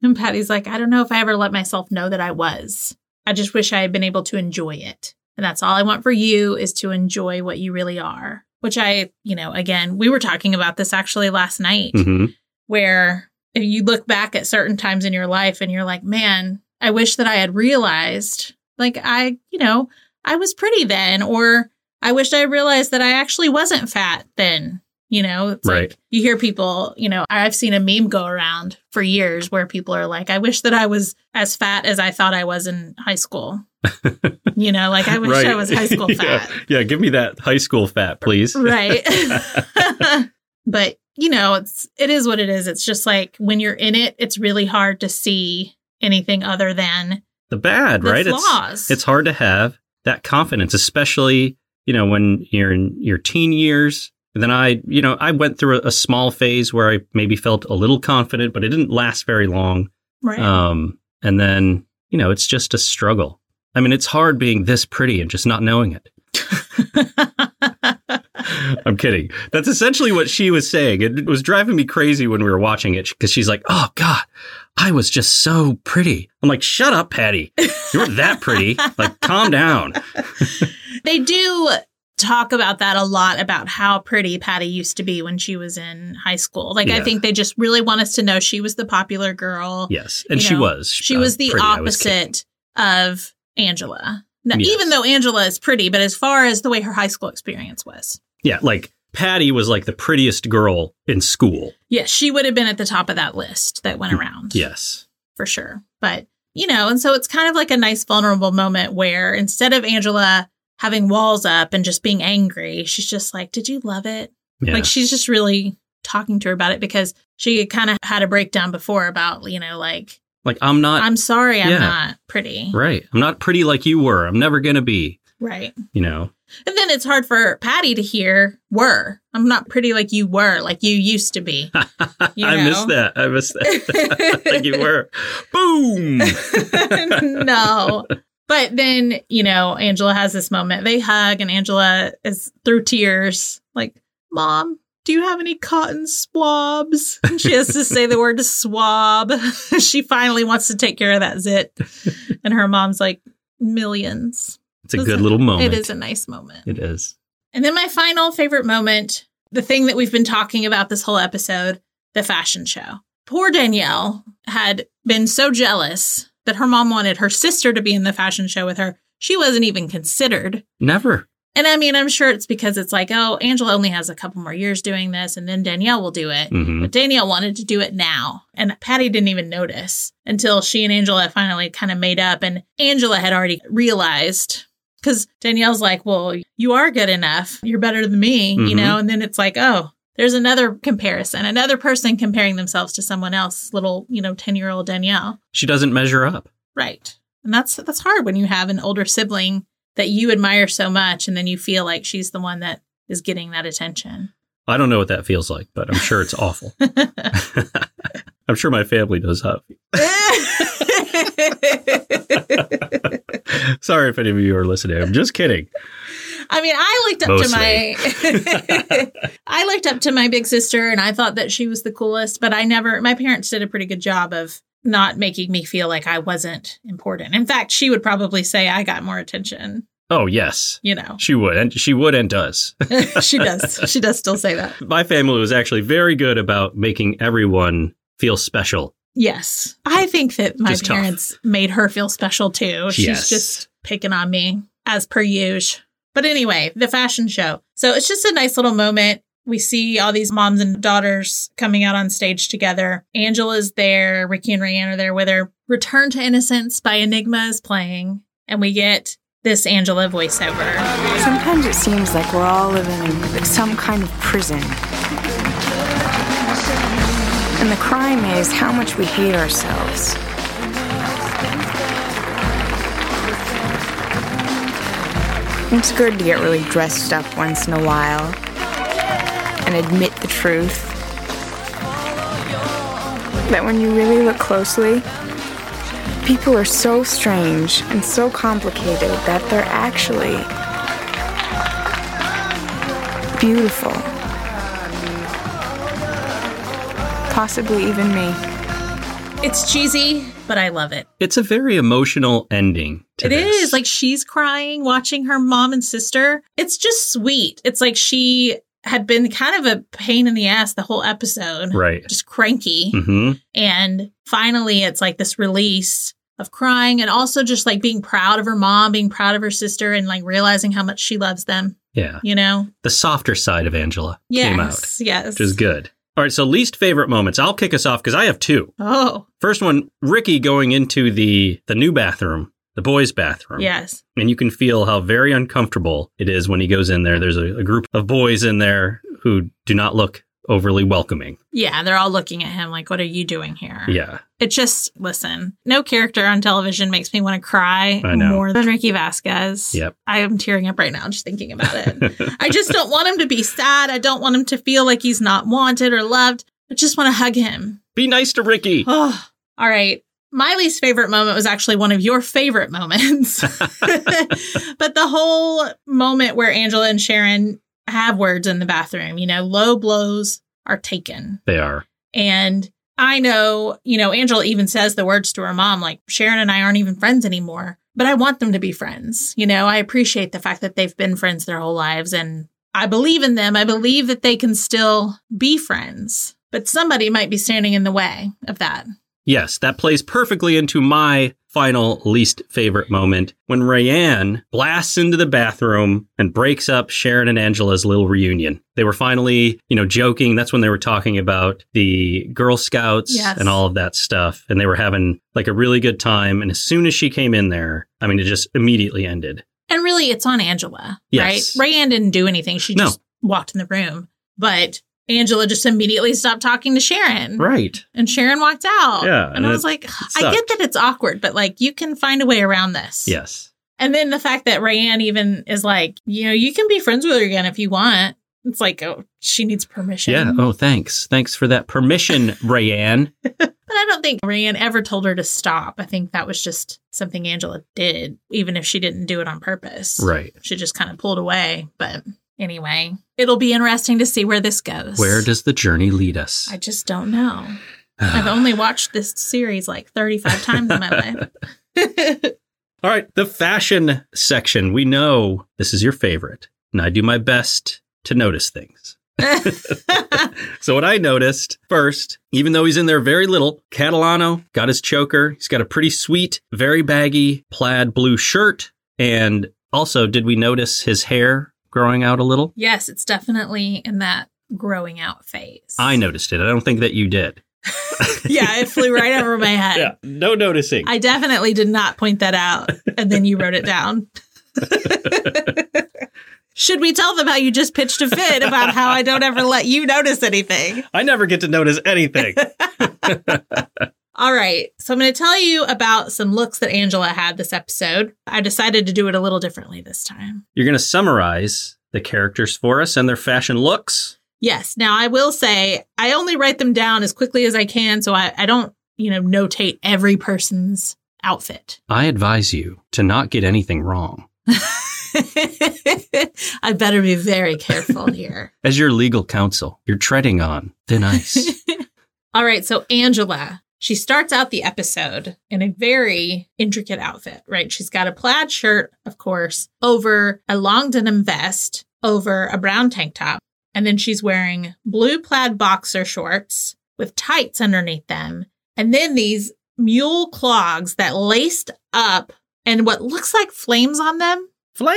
Speaker 1: And Patty's like, "I don't know if I ever let myself know that I was. I just wish I had been able to enjoy it. And that's all I want for you is to enjoy what you really are." Which I, you know, again, we were talking about this actually last night
Speaker 2: hmm
Speaker 1: where if you look back at certain times in your life and you're like, "Man, I wish that I had realized like I, you know, I was pretty then or I wish I realized that I actually wasn't fat then." You know, it's
Speaker 2: Right.
Speaker 1: you hear people, you know, I've seen a meme go around for years where people are like, I wish that I was as fat as I thought I was in high school. you know, like I wish I was high school
Speaker 2: yeah.
Speaker 1: fat.
Speaker 2: yeah. Give me that high school fat, please.
Speaker 1: Right. but, you know, it's it is what it is. It's just like when you're in it, it's really hard to see anything other than
Speaker 2: the bad,
Speaker 1: the
Speaker 2: right?
Speaker 1: flaws.
Speaker 2: It's it's hard to have that confidence, especially you know when you're in your teen years. And then I, you know, I went through a, a small phase where I maybe felt a little confident, but it didn't last very long.
Speaker 1: right.
Speaker 2: Um, and then you know, it's just a struggle. I mean, it's hard being this pretty and just not knowing it. uh, I'm kidding. That's essentially what she was saying. It was driving me crazy when we were watching it because she's like, "Oh God, I was just so pretty." I'm like, "Shut up, Patty. You weren't that pretty. Like, calm down."
Speaker 1: they do talk about that a lot about how pretty Patty used to be when she was in high school. Like I
Speaker 2: Yeah.
Speaker 1: think they just really want us to know she was the popular girl.
Speaker 2: Yes, and
Speaker 1: You
Speaker 2: she
Speaker 1: know,
Speaker 2: was.
Speaker 1: She
Speaker 2: uh,
Speaker 1: was the
Speaker 2: pretty. I was kidding.
Speaker 1: opposite of Angela. Now,
Speaker 2: Yes.
Speaker 1: Even though Angela is pretty, but as far as the way her high school experience was,
Speaker 2: yeah, like Patty was like the prettiest girl in school.
Speaker 1: yes, she would have been at the top of that list that went around.
Speaker 2: Yes,
Speaker 1: for sure. But, you know, and so it's kind of like a nice vulnerable moment where instead of Angela having walls up and just being angry, she's just like, Did you love it?
Speaker 2: yeah.
Speaker 1: Like she's just really talking to her about it because she kind of had a breakdown before about, you know, like,
Speaker 2: Like, I'm not
Speaker 1: I'm sorry I'm
Speaker 2: Uh, yeah.
Speaker 1: not pretty.
Speaker 2: right. I'm not pretty like you were. I'm never gonna be.
Speaker 1: Right.
Speaker 2: You know.
Speaker 1: And then it's hard for Patty to hear, were. I'm not pretty like you were, like you used to be. You
Speaker 2: I
Speaker 1: know?
Speaker 2: missed that. I missed that. like you were. Boom.
Speaker 1: no. But then, you know, Angela has this moment. They hug, and Angela is through tears, like, Mom, do you have any cotton swabs? And she has to say the word swab. she finally wants to take care of that zit. And her mom's like, millions.
Speaker 2: It's a good little moment.
Speaker 1: It is a nice moment.
Speaker 2: It is.
Speaker 1: And then my final favorite moment, the thing that we've been talking about this whole episode, the fashion show. Poor Danielle had been so jealous that her mom wanted her sister to be in the fashion show with her. She wasn't even considered.
Speaker 2: Never.
Speaker 1: And I mean, I'm sure it's because it's like, oh, Angela only has a couple more years doing this, and then Danielle will do it.
Speaker 2: Mhm.
Speaker 1: But Danielle wanted to do it now. And Patty didn't even notice until she and Angela finally kind of made up. And Angela had already realized because Danielle's like, well, you are good enough. You're better than me, you
Speaker 2: Mhm.
Speaker 1: know? And then it's like, oh, there's another comparison, another person comparing themselves to someone else, little, you know, 10 year old Danielle.
Speaker 2: She doesn't measure up.
Speaker 1: Right. And that's that's hard when you have an older sibling that you admire so much and then you feel like she's the one that is getting that attention.
Speaker 2: I don't know what that feels like, but I'm sure it's awful. I'm sure my family does have. Sorry if any of you are listening. I'm just kidding.
Speaker 1: I mean, I looked up to my I looked up to my big sister and I thought that she was the coolest, but I never my parents did a pretty good job of not making me feel like I wasn't important. In fact, she would probably say I got more attention,
Speaker 2: Oh, yes.
Speaker 1: you know.
Speaker 2: She would, and she would and does.
Speaker 1: she does. She does still say that.
Speaker 2: My family was actually very good about making everyone feel special.
Speaker 1: Yes. I think that my
Speaker 2: Just tough.
Speaker 1: parents made her feel special too. She's
Speaker 2: Yes.
Speaker 1: just picking on me as per usual. But anyway, the fashion show. So it's just a nice little moment. We see all these moms and daughters coming out on stage together. Angela's there, Ricky and Rayanne are there with her. Return to Innocence by Enigma is playing, and we get this Angela voiceover.
Speaker 3: Sometimes it seems like we're all living in some kind of prison. And the crime is how much we hate ourselves. It's good to get really dressed up once in a while and admit the truth. That when you really look closely, people are so strange and so complicated that they're actually beautiful. Possibly even me.
Speaker 1: It's cheesy, but I love it.
Speaker 2: It's a very emotional ending to
Speaker 1: It is
Speaker 2: this.
Speaker 1: like she's crying watching her mom and sister it's just sweet it's like she had been kind of a pain in the ass the whole episode
Speaker 2: right.
Speaker 1: just cranky
Speaker 2: hmm
Speaker 1: and finally it's like this release of crying and also just like being proud of her mom being proud of her sister and like realizing how much she loves them
Speaker 2: Yeah.
Speaker 1: you know
Speaker 2: The softer side of Angela
Speaker 1: yes
Speaker 2: came out,
Speaker 1: yes
Speaker 2: which is good. All right. So, least favorite moments. I'll kick us off because I have two.
Speaker 1: oh
Speaker 2: First one, Ricky going into the the new bathroom, the boys' bathroom.
Speaker 1: yes
Speaker 2: And you can feel how very uncomfortable it is when he goes in there. There's a, a group of boys in there who do not look overly welcoming.
Speaker 1: yeah they're all looking at him like what are you doing here
Speaker 2: Yeah.
Speaker 1: It just listen. No character on television makes me want to cry
Speaker 2: I know.
Speaker 1: more than Ricky Vasquez.
Speaker 2: Yep.
Speaker 1: I am tearing up right now just thinking about it. I just don't want him to be sad. I don't want him to feel like he's not wanted or loved. I just want to hug him.
Speaker 2: Be nice to Ricky.
Speaker 1: Oh, all right. My least favorite moment was actually one of your favorite moments. but the whole moment where Angela and Sharon have words in the bathroom, you know, low blows are taken.
Speaker 2: They are.
Speaker 1: And I know, you know, Angela even says the words to her mom, like, Sharon and I aren't even friends anymore, but I want them to be friends. You know, I appreciate the fact that they've been friends their whole lives and I believe in them. I believe that they can still be friends, but somebody might be standing in the way of that.
Speaker 2: Yes, that plays perfectly into my final least favorite moment when Rayanne blasts into the bathroom and breaks up Sharon and Angela's little reunion. They were finally, you know, joking. That's when they were talking about the Girl Scouts
Speaker 1: Yes.
Speaker 2: and all of that stuff. And they were having like a really good time. And as soon as she came in there, I mean, it just immediately ended.
Speaker 1: And really, it's on Angela,
Speaker 2: Yes.
Speaker 1: right? Rayanne didn't do anything. She
Speaker 2: No.
Speaker 1: just walked in the room, but Angela just immediately stopped talking to Sharon.
Speaker 2: Right.
Speaker 1: and Sharon walked out.
Speaker 2: Yeah,
Speaker 1: And,
Speaker 2: and
Speaker 1: I
Speaker 2: it-
Speaker 1: was like, I
Speaker 2: sucked.
Speaker 1: get that it's awkward, but like you can find a way around this.
Speaker 2: Yes.
Speaker 1: And then the fact that Rayanne even is like, you know, you can be friends with her again if you want. It's like, oh, she needs permission.
Speaker 2: Yeah. Oh, thanks. Thanks for that permission, Rayanne.
Speaker 1: But I don't think Rayanne ever told her to stop. I think that was just something Angela did, even if she didn't do it on purpose.
Speaker 2: Right.
Speaker 1: She just kind of pulled away. But anyway, it'll be interesting to see where this goes.
Speaker 2: Where does the journey lead us?
Speaker 1: I just don't know. I've only watched this series like 35 times in my life.
Speaker 2: All right, the fashion section. We know this is your favorite, and I do my best to notice things. so, what I noticed first, even though he's in there very little, Catalano got his choker. He's got a pretty sweet, very baggy plaid blue shirt. And also, did we notice his hair growing out a little?
Speaker 1: Yes, it's definitely in that growing out phase.
Speaker 2: I noticed it. I don't think that you did.
Speaker 1: yeah, it flew right over my head.
Speaker 2: no noticing.
Speaker 1: I definitely did not point that out. And then you wrote it down. Should we tell them how you just pitched a fit about how I don't ever let you notice anything?
Speaker 2: I never get to notice anything.
Speaker 1: All right. So I'm going to tell you about some looks that Angela had this episode. I decided to do it a little differently this time.
Speaker 2: You're going to summarize the characters for us and their fashion looks.
Speaker 1: Yes. Now I will say I only write them down as quickly as I can, so I, I don't, you know, notate every person's outfit.
Speaker 2: I advise you to not get anything wrong.
Speaker 1: I better be very careful here.
Speaker 2: As your legal counsel, you're treading on thin ice.
Speaker 1: All right, so Angela, she starts out the episode in a very intricate outfit, right? She's got a plaid shirt, of course, over a long denim vest, over a brown tank top, and then she's wearing blue plaid boxer shorts with tights underneath them, and then these mule clogs that laced up and what looks like flames on them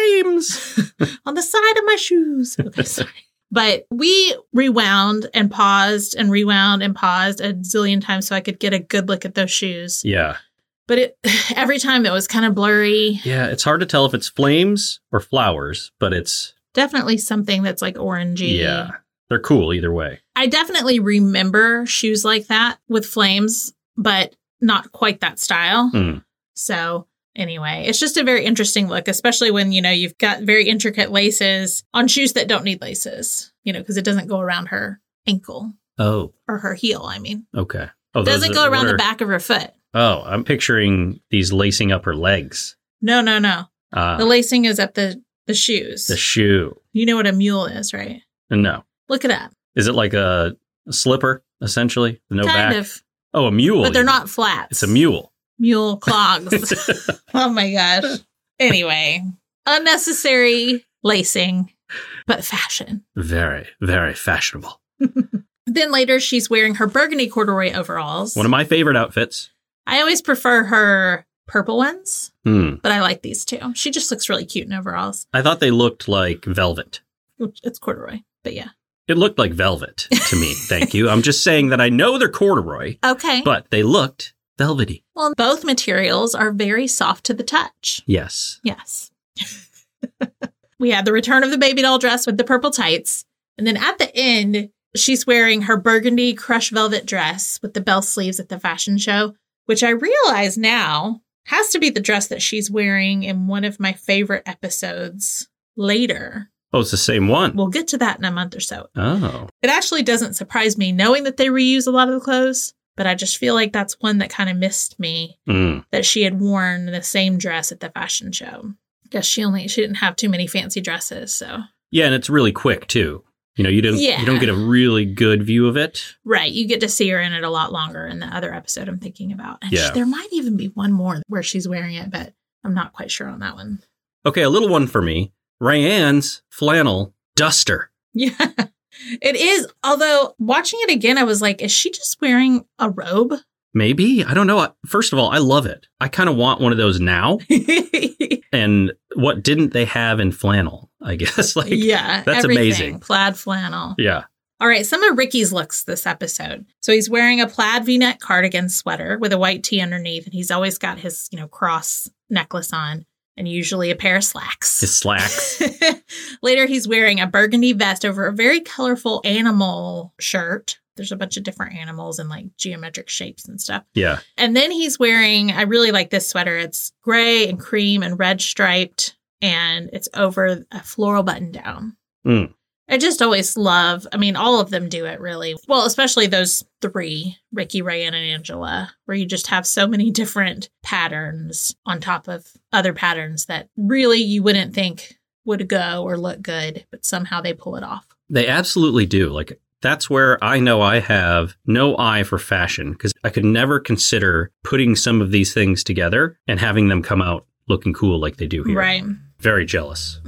Speaker 2: Flames!
Speaker 1: on the side of my shoes. Okay, sorry. But we rewound and paused and rewound and paused a zillion times so I could get a good look at those shoes.
Speaker 2: yeah.
Speaker 1: But it, every time it was kind of blurry.
Speaker 2: Yeah, it's hard to tell if it's flames or flowers, but it's,
Speaker 1: Definitely something that's like orangey.
Speaker 2: yeah, they're cool either way.
Speaker 1: I definitely remember shoes like that with flames, but not quite that style.
Speaker 2: Hmm.
Speaker 1: So anyway, it's just a very interesting look, especially when, you know, you've got very intricate laces on shoes that don't need laces, you know, because it doesn't go around her ankle
Speaker 2: Oh,
Speaker 1: or her heel, I mean.
Speaker 2: okay. Oh, those
Speaker 1: doesn't
Speaker 2: are-
Speaker 1: go around
Speaker 2: what
Speaker 1: the
Speaker 2: are-
Speaker 1: back of her foot.
Speaker 2: Oh, I'm picturing these lacing up her legs.
Speaker 1: No, no, no.
Speaker 2: Ah,
Speaker 1: the lacing is at the the shoes.
Speaker 2: the shoe.
Speaker 1: you know what a mule is, right?
Speaker 2: No.
Speaker 1: Look it up.
Speaker 2: Is it like a, a slipper, essentially? No
Speaker 1: kind
Speaker 2: back?
Speaker 1: of.
Speaker 2: Oh, a mule.
Speaker 1: But they're
Speaker 2: even.
Speaker 1: not flats.
Speaker 2: It's a mule.
Speaker 1: Mule clogs. oh my gosh. Anyway, unnecessary lacing, but fashion.
Speaker 2: very, very fashionable.
Speaker 1: Then later, she's wearing her burgundy corduroy overalls.
Speaker 2: One of my favorite outfits.
Speaker 1: I always prefer her purple ones,
Speaker 2: Hmm.
Speaker 1: but I like these too. She just looks really cute in overalls.
Speaker 2: I thought they looked like velvet.
Speaker 1: It's corduroy, but yeah.
Speaker 2: It looked like velvet to me. Thank you. I'm just saying that I know they're corduroy,
Speaker 1: Okay.
Speaker 2: but they looked velvety.
Speaker 1: well, both materials are very soft to the touch.
Speaker 2: Yes.
Speaker 1: Yes. we had the return of the baby doll dress with the purple tights. And then at the end, she's wearing her burgundy crushed velvet dress with the bell sleeves at the fashion show, which I realize now has to be the dress that she's wearing in one of my favorite episodes later.
Speaker 2: Oh, it's the same one.
Speaker 1: We'll get to that in a month or so.
Speaker 2: oh.
Speaker 1: It actually doesn't surprise me knowing that they reuse a lot of the clothes, but I just feel like that's one that kind of missed me
Speaker 2: Hmm.
Speaker 1: that she had worn the same dress at the fashion show. Guess she only she didn't have too many fancy dresses, so
Speaker 2: Yeah, and it's really quick too. You know, you don't
Speaker 1: Yeah.
Speaker 2: you don't get a really good view of it.
Speaker 1: right, you get to see her in it a lot longer in the other episode I'm thinking about. And
Speaker 2: Yeah.
Speaker 1: there might even be one more where she's wearing it, but I'm not quite sure on that one.
Speaker 2: Okay, a little one for me. Rayanne's flannel duster.
Speaker 1: Yeah. It is, although watching it again, I was like, is she just wearing a robe?
Speaker 2: Maybe I don't know. I- First of all, I love it. I kind of want one of those now. And what didn't they have in flannel? I guess like
Speaker 1: yeah.
Speaker 2: that's
Speaker 1: everything.
Speaker 2: amazing.
Speaker 1: Plaid flannel.
Speaker 2: yeah.
Speaker 1: All right, some of Ricky's looks this episode. So he's wearing a plaid V-neck cardigan sweater with a white tee underneath, and he's always got his, you know, cross necklace on, and usually a pair of slacks.
Speaker 2: His slacks.
Speaker 1: Later, he's wearing a burgundy vest over a very colorful animal shirt. There's a bunch of different animals and like geometric shapes and stuff.
Speaker 2: yeah.
Speaker 1: And then he's wearing, I really like this sweater. It's gray and cream and red striped, and it's over a floral button down.
Speaker 2: Mm.
Speaker 1: I just always love, I mean, all of them do it really well, especially those three Ricky, Ryan, and Angela, where you just have so many different patterns on top of other patterns that really you wouldn't think would go or look good, but somehow they pull it off.
Speaker 2: They absolutely do. Like that's where I know I have no eye for fashion because I could never consider putting some of these things together and having them come out looking cool like they do here.
Speaker 1: Right.
Speaker 2: Very jealous.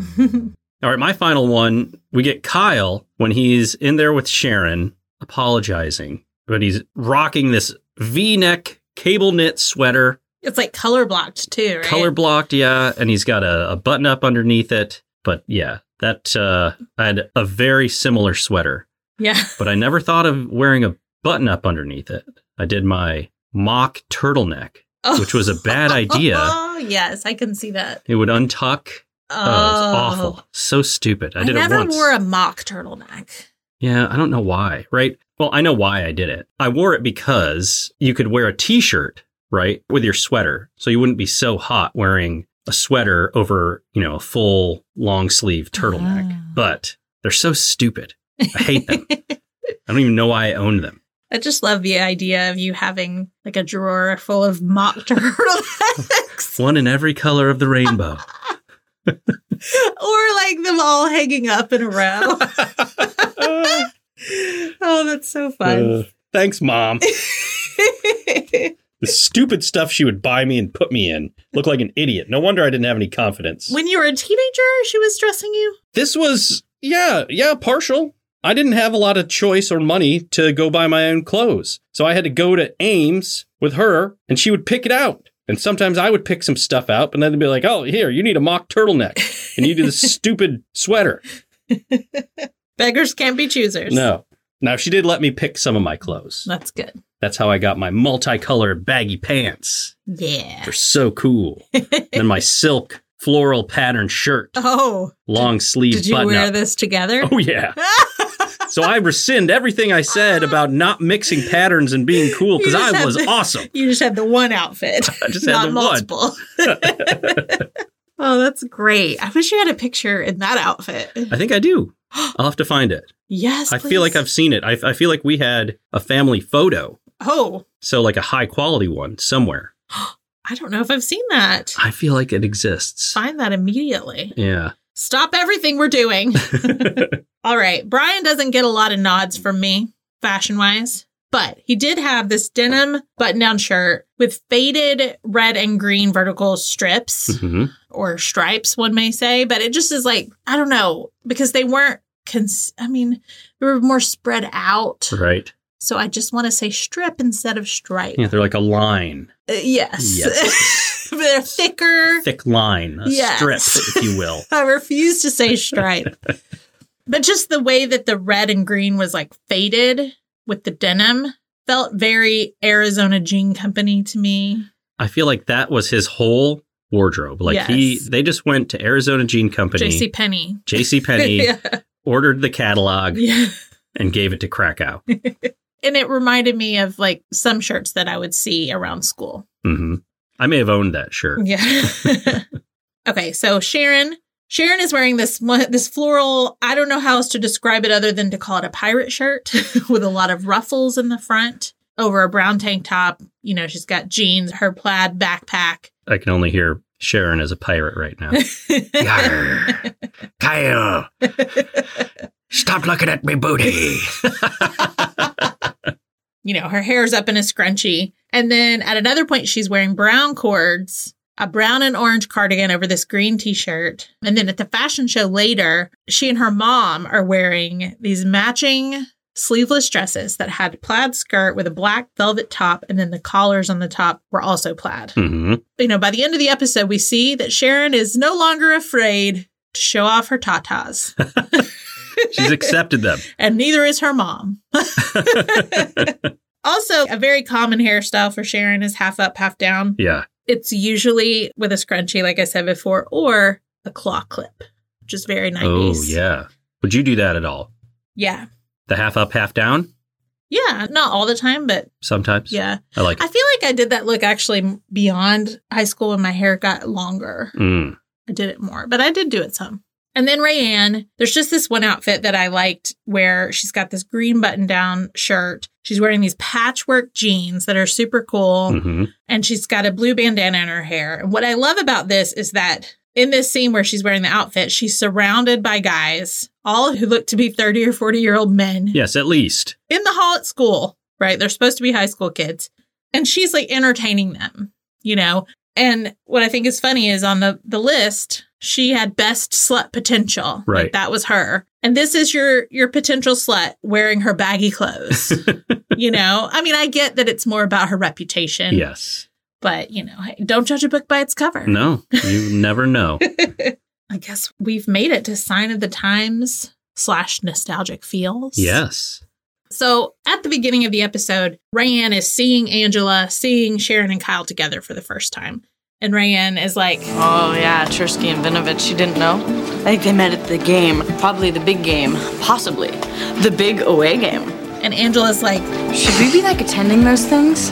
Speaker 2: All right, my final one. We get Kyle when he's in there with Sharon apologizing, but he's rocking this V neck cable knit sweater,
Speaker 1: it's like color blocked too, right?
Speaker 2: color blocked, yeah, and he's got a, a button up underneath it. But yeah, that uh, I had a very similar sweater,
Speaker 1: Yeah.
Speaker 2: but I never thought of wearing a button up underneath it. I did my mock turtleneck, which was a bad idea.
Speaker 1: Oh, yes, I can see that.
Speaker 2: It would untuck.
Speaker 1: Oh,
Speaker 2: Oh, it's awful. So stupid. I, did
Speaker 1: never
Speaker 2: it once.
Speaker 1: wore a mock turtleneck.
Speaker 2: Yeah, I don't know why, right? Well, I know why I did it. I wore it because you could wear a t shirt, right, with your sweater. So you wouldn't be so hot wearing a sweater over, you know, a full long sleeve turtleneck. But they're so stupid. I hate them. I don't even know why I own them.
Speaker 1: I just love the idea of you having like a drawer full of mock turtlenecks
Speaker 2: One in every color of the rainbow.
Speaker 1: or like them all hanging up in a row. oh, that's so fun.
Speaker 2: Uh, thanks, Mom. Uh. the stupid stuff she would buy me and put me in. Look like an idiot. No wonder I didn't have any confidence.
Speaker 1: when you were a teenager, she was dressing you?
Speaker 2: this was, yeah, yeah, partial. I didn't have a lot of choice or money to go buy my own clothes. So I had to go to Ames with her and she would pick it out. And sometimes I would pick some stuff out and then they'd be like, oh, here, you need a mock turtleneck and you do this stupid sweater.
Speaker 1: Beggars can't be choosers.
Speaker 2: No. Now, she did let me pick some of my clothes.
Speaker 1: That's good.
Speaker 2: That's how I got my multicolored baggy pants.
Speaker 1: Yeah.
Speaker 2: They're so cool. and then my silk floral pattern shirt,
Speaker 1: Oh,
Speaker 2: long sleeve
Speaker 1: did you
Speaker 2: button
Speaker 1: wear
Speaker 2: up.
Speaker 1: this together?
Speaker 2: Oh yeah. so I rescind everything I said about not mixing patterns and being cool because
Speaker 1: You just
Speaker 2: I
Speaker 1: had
Speaker 2: was
Speaker 1: the-
Speaker 2: awesome.
Speaker 1: You just had the one outfit.
Speaker 2: I just had
Speaker 1: not
Speaker 2: the one.
Speaker 1: multiple. oh, that's great. I wish you had a picture in that outfit.
Speaker 2: I think I do. I'll have to find it.
Speaker 1: Yes.
Speaker 2: I feel like
Speaker 1: please.
Speaker 2: I've seen it. I, I feel like we had a family photo,
Speaker 1: Oh,
Speaker 2: so like a high quality one somewhere.
Speaker 1: I don't know if I've seen that.
Speaker 2: I feel like it exists.
Speaker 1: Find that immediately.
Speaker 2: Yeah.
Speaker 1: Stop everything we're doing. All right. Brian doesn't get a lot of nods from me, fashion wise, but he did have this denim button down shirt with faded red and green vertical strips.
Speaker 2: hmm
Speaker 1: or stripes, one may say, but it just is like, I don't know, because they weren't, cons- I mean, they were more spread out.
Speaker 2: Right.
Speaker 1: So I just want to say strip instead of stripe.
Speaker 2: Yeah. They're like a line,
Speaker 1: Uh, yes. But They're thicker.
Speaker 2: thick line, a
Speaker 1: Yes.
Speaker 2: strip, if you will.
Speaker 1: I refuse to say stripe. but just the way that the red and green was like faded with the denim felt very Arizona Jean Company to me.
Speaker 2: I feel like that was his whole wardrobe. Like he,
Speaker 1: Yes.
Speaker 2: they just went to Arizona Jean Company,
Speaker 1: J.C. Penney.
Speaker 2: J.C. Penney, ordered the catalog,
Speaker 1: yeah.
Speaker 2: and gave it to Krakow.
Speaker 1: And it reminded me of like some shirts that I would see around school.
Speaker 2: hmm I may have owned that shirt.
Speaker 1: Yeah. okay, so Sharon, Sharon is wearing this one- this floral. I don't know how else to describe it other than to call it a pirate shirt with a lot of ruffles in the front over a brown tank top. You know, she's got jeans, her plaid backpack.
Speaker 2: I can only hear Sharon as a pirate right now. Yarr. Kyle, stop looking at me booty.
Speaker 1: you know, her hair's up in a scrunchie. And then at another point, she's wearing brown cords, a brown and orange cardigan over this green t shirt. And then at the fashion show later, she and her mom are wearing these matching sleeveless dresses that had plaid skirt with a black velvet top. And then the collars on the top were also plaid.
Speaker 2: hmm
Speaker 1: You know, by the end of the episode, we see that Sharon is no longer afraid to show off her tatas,
Speaker 2: She's accepted them.
Speaker 1: and neither is her mom. Also, a very common hairstyle for Sharon is half up, half down.
Speaker 2: yeah.
Speaker 1: It's usually with a scrunchie, like I said before, or a claw clip, which is very 90s.
Speaker 2: Oh, yeah. Would you do that at all?
Speaker 1: Yeah.
Speaker 2: The half up, half down?
Speaker 1: Yeah. Not all the time, but
Speaker 2: Sometimes.
Speaker 1: yeah.
Speaker 2: I like
Speaker 1: I
Speaker 2: it.
Speaker 1: feel like I did that look actually beyond high school when my hair got longer.
Speaker 2: Mm.
Speaker 1: I did it more, but I did do it some. And then Rayanne, there's just this one outfit that I liked where she's got this green button down shirt. She's wearing these patchwork jeans that are super cool.
Speaker 2: hmm
Speaker 1: and she's got a blue bandana in her hair. And what I love about this is that in this scene where she's wearing the outfit, she's surrounded by guys, all who look to be 30 or 40 year old men
Speaker 2: Yes, at least.
Speaker 1: in the hall at school, right? They're supposed to be high school kids. And she's like entertaining them, you know? And what I think is funny is on the, the list, she had best slut potential.
Speaker 2: Right.
Speaker 1: Like, that was her. And this is your your potential slut wearing her baggy clothes. you know? I mean, I get that it's more about her reputation
Speaker 2: Yes.
Speaker 1: but you know, hey, don't judge a book by its cover.
Speaker 2: No, you never know.
Speaker 1: I guess we've made it to Sign of the Times slash nostalgic feels.
Speaker 2: Yes.
Speaker 1: So at the beginning of the episode, Rayanne is seeing Angela, seeing Sharon and Kyle together for the first time. And Rayanne is like,
Speaker 8: Oh, yeah, Chersky and Vinovich. You didn't know? I think they met at the game, probably the big game, possibly the big away game.
Speaker 1: And Angela's like,
Speaker 3: Should we be like attending those things?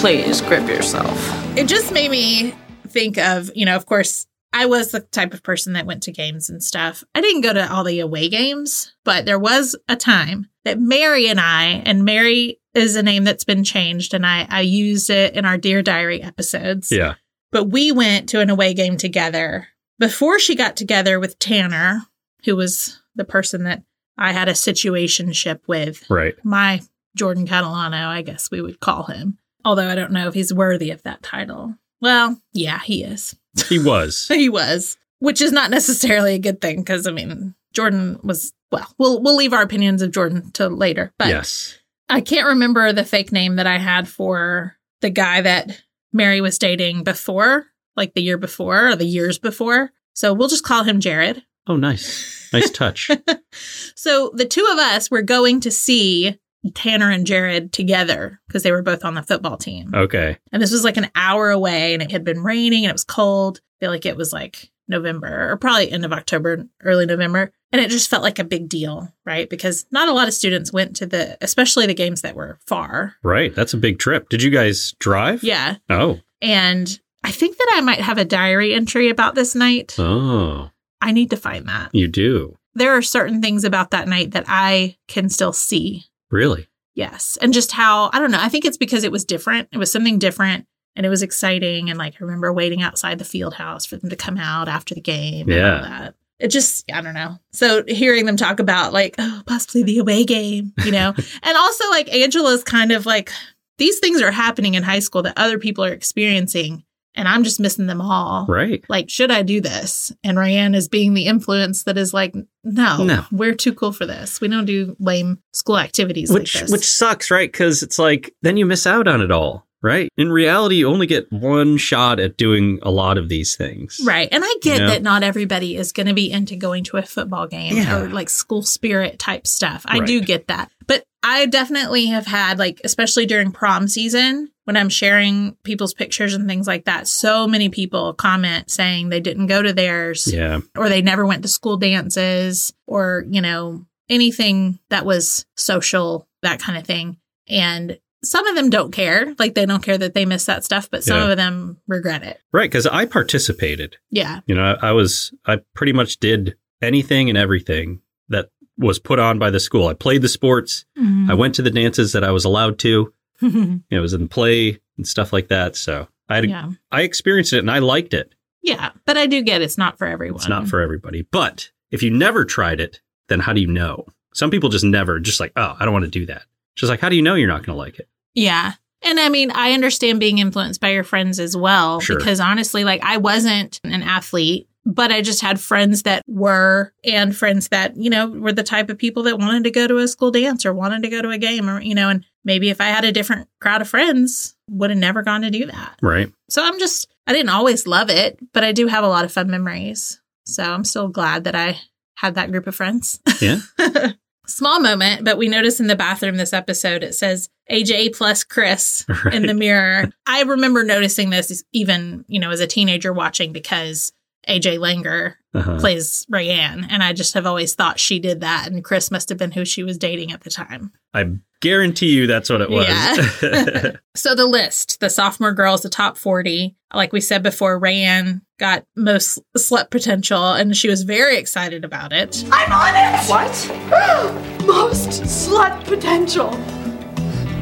Speaker 8: Please grip yourself.
Speaker 1: it just made me think of, you know, of course, I was the type of person that went to games and stuff. I didn't go to all the away games, but there was a time that Mary and I, and Mary is a name that's been changed, and I, I used it in our Dear Diary episodes.
Speaker 2: Yeah.
Speaker 1: But we went to an away game together before she got together with Tanner, who was the person that I had a situationship with
Speaker 2: Right.
Speaker 1: my Jordan Catalano, I guess we would call him. Although I don't know if he's worthy of that title. Well, yeah, he is.
Speaker 2: He was.
Speaker 1: He was, which is not necessarily a good thing because I mean, Jordan was well. We'll we'll leave our opinions of Jordan to later. But
Speaker 2: yes.
Speaker 1: I can't remember the fake name that I had for the guy that Mary was dating before, like the year before or the years before. So we'll just call him Jared.
Speaker 2: Oh, nice. Nice touch.
Speaker 1: So the two of us were going to see Tanner and Jared together because they were both on the football team.
Speaker 2: Okay.
Speaker 1: And this was like an hour away and it had been raining and it was cold. I feel like it was like November or probably end of October, early November. And it just felt like a big deal, right? Because not a lot of students went to the, especially the games that were far.
Speaker 2: Right. That's a big trip. Did you guys drive?
Speaker 1: Yeah.
Speaker 2: Oh.
Speaker 1: And I think that I might have a diary entry about this night.
Speaker 2: Oh.
Speaker 1: I need to find that.
Speaker 2: You do.
Speaker 1: There are certain things about that night that I can still see
Speaker 2: Really?
Speaker 1: Yes. And just how, I don't know, I think it's because it was different. It was something different and it was exciting. And like, I remember waiting outside the field house for them to come out after the game. And
Speaker 2: Yeah.
Speaker 1: all that. It just, I don't know. So hearing them talk about like, oh, possibly the away game, you know, and also like Angela's kind of like, these things are happening in high school that other people are experiencing and I'm just missing them all.
Speaker 2: Right.
Speaker 1: Like, should I do this? And Ryan is being the influence that is like, no,
Speaker 2: No.
Speaker 1: we're too cool for this. We don't do lame school activities
Speaker 2: Which
Speaker 1: like this.
Speaker 2: which sucks, right? Because it's like then you miss out on it all, right? In reality, you only get one shot at doing a lot of these things.
Speaker 1: Right. And I get
Speaker 2: know?
Speaker 1: that not everybody is going to be into going to a football game
Speaker 2: Yeah.
Speaker 1: or like school spirit type stuff. I
Speaker 2: Right.
Speaker 1: do get that. But I definitely have had, like, especially during prom season, when I'm sharing people's pictures and things like that, so many people comment saying they didn't go to theirs
Speaker 2: Yeah.
Speaker 1: or they never went to school dances or, you know, anything that was social, that kind of thing. And some of them don't care. Like, they don't care that they miss that stuff, but some
Speaker 2: Yeah.
Speaker 1: of them regret it.
Speaker 2: Right. Because I participated.
Speaker 1: Yeah.
Speaker 2: You know, I, I was I pretty much did anything and everything that was put on by the school. I played the sports.
Speaker 1: Mm-hmm.
Speaker 2: I went to the dances that I was allowed to. You know, I was in the play and stuff like that. So I had, a-
Speaker 1: yeah.
Speaker 2: I experienced it and I liked it.
Speaker 1: Yeah, but I do get it's not for everyone.
Speaker 2: It's not for everybody. But if you never tried it, then how do you know? Some people just never, just like, oh, I don't want to do that. Just like, how do you know you're not going to like it?
Speaker 1: Yeah. And I mean, I understand being influenced by your friends as well.
Speaker 2: Sure.
Speaker 1: Because honestly, like I wasn't an athlete, but I just had friends that were and friends that, you know, were the type of people that wanted to go to a school dance or wanted to go to a game or, you know, and maybe if I had a different crowd of friends, would have never gone to do that.
Speaker 2: Right.
Speaker 1: So I'm just, I didn't always love it, but I do have a lot of fun memories. So I'm still glad that I had that group of friends.
Speaker 2: Yeah.
Speaker 1: Small moment, but we notice in the bathroom this episode it says AJ plus Chris
Speaker 2: Right.
Speaker 1: in the mirror. I remember noticing this even, you know, as a teenager watching because AJ Langer
Speaker 2: Uh-huh.
Speaker 1: plays Rayanne. And I just have always thought she did that. And Chris must have been who she was dating at the time.
Speaker 2: I guarantee you that's what it was.
Speaker 1: Yeah. So the list, the sophomore girls, the top 40. Like we said before, Rayanne got most slut potential and she was very excited about it.
Speaker 4: I'm on it! What?
Speaker 9: Most slut potential.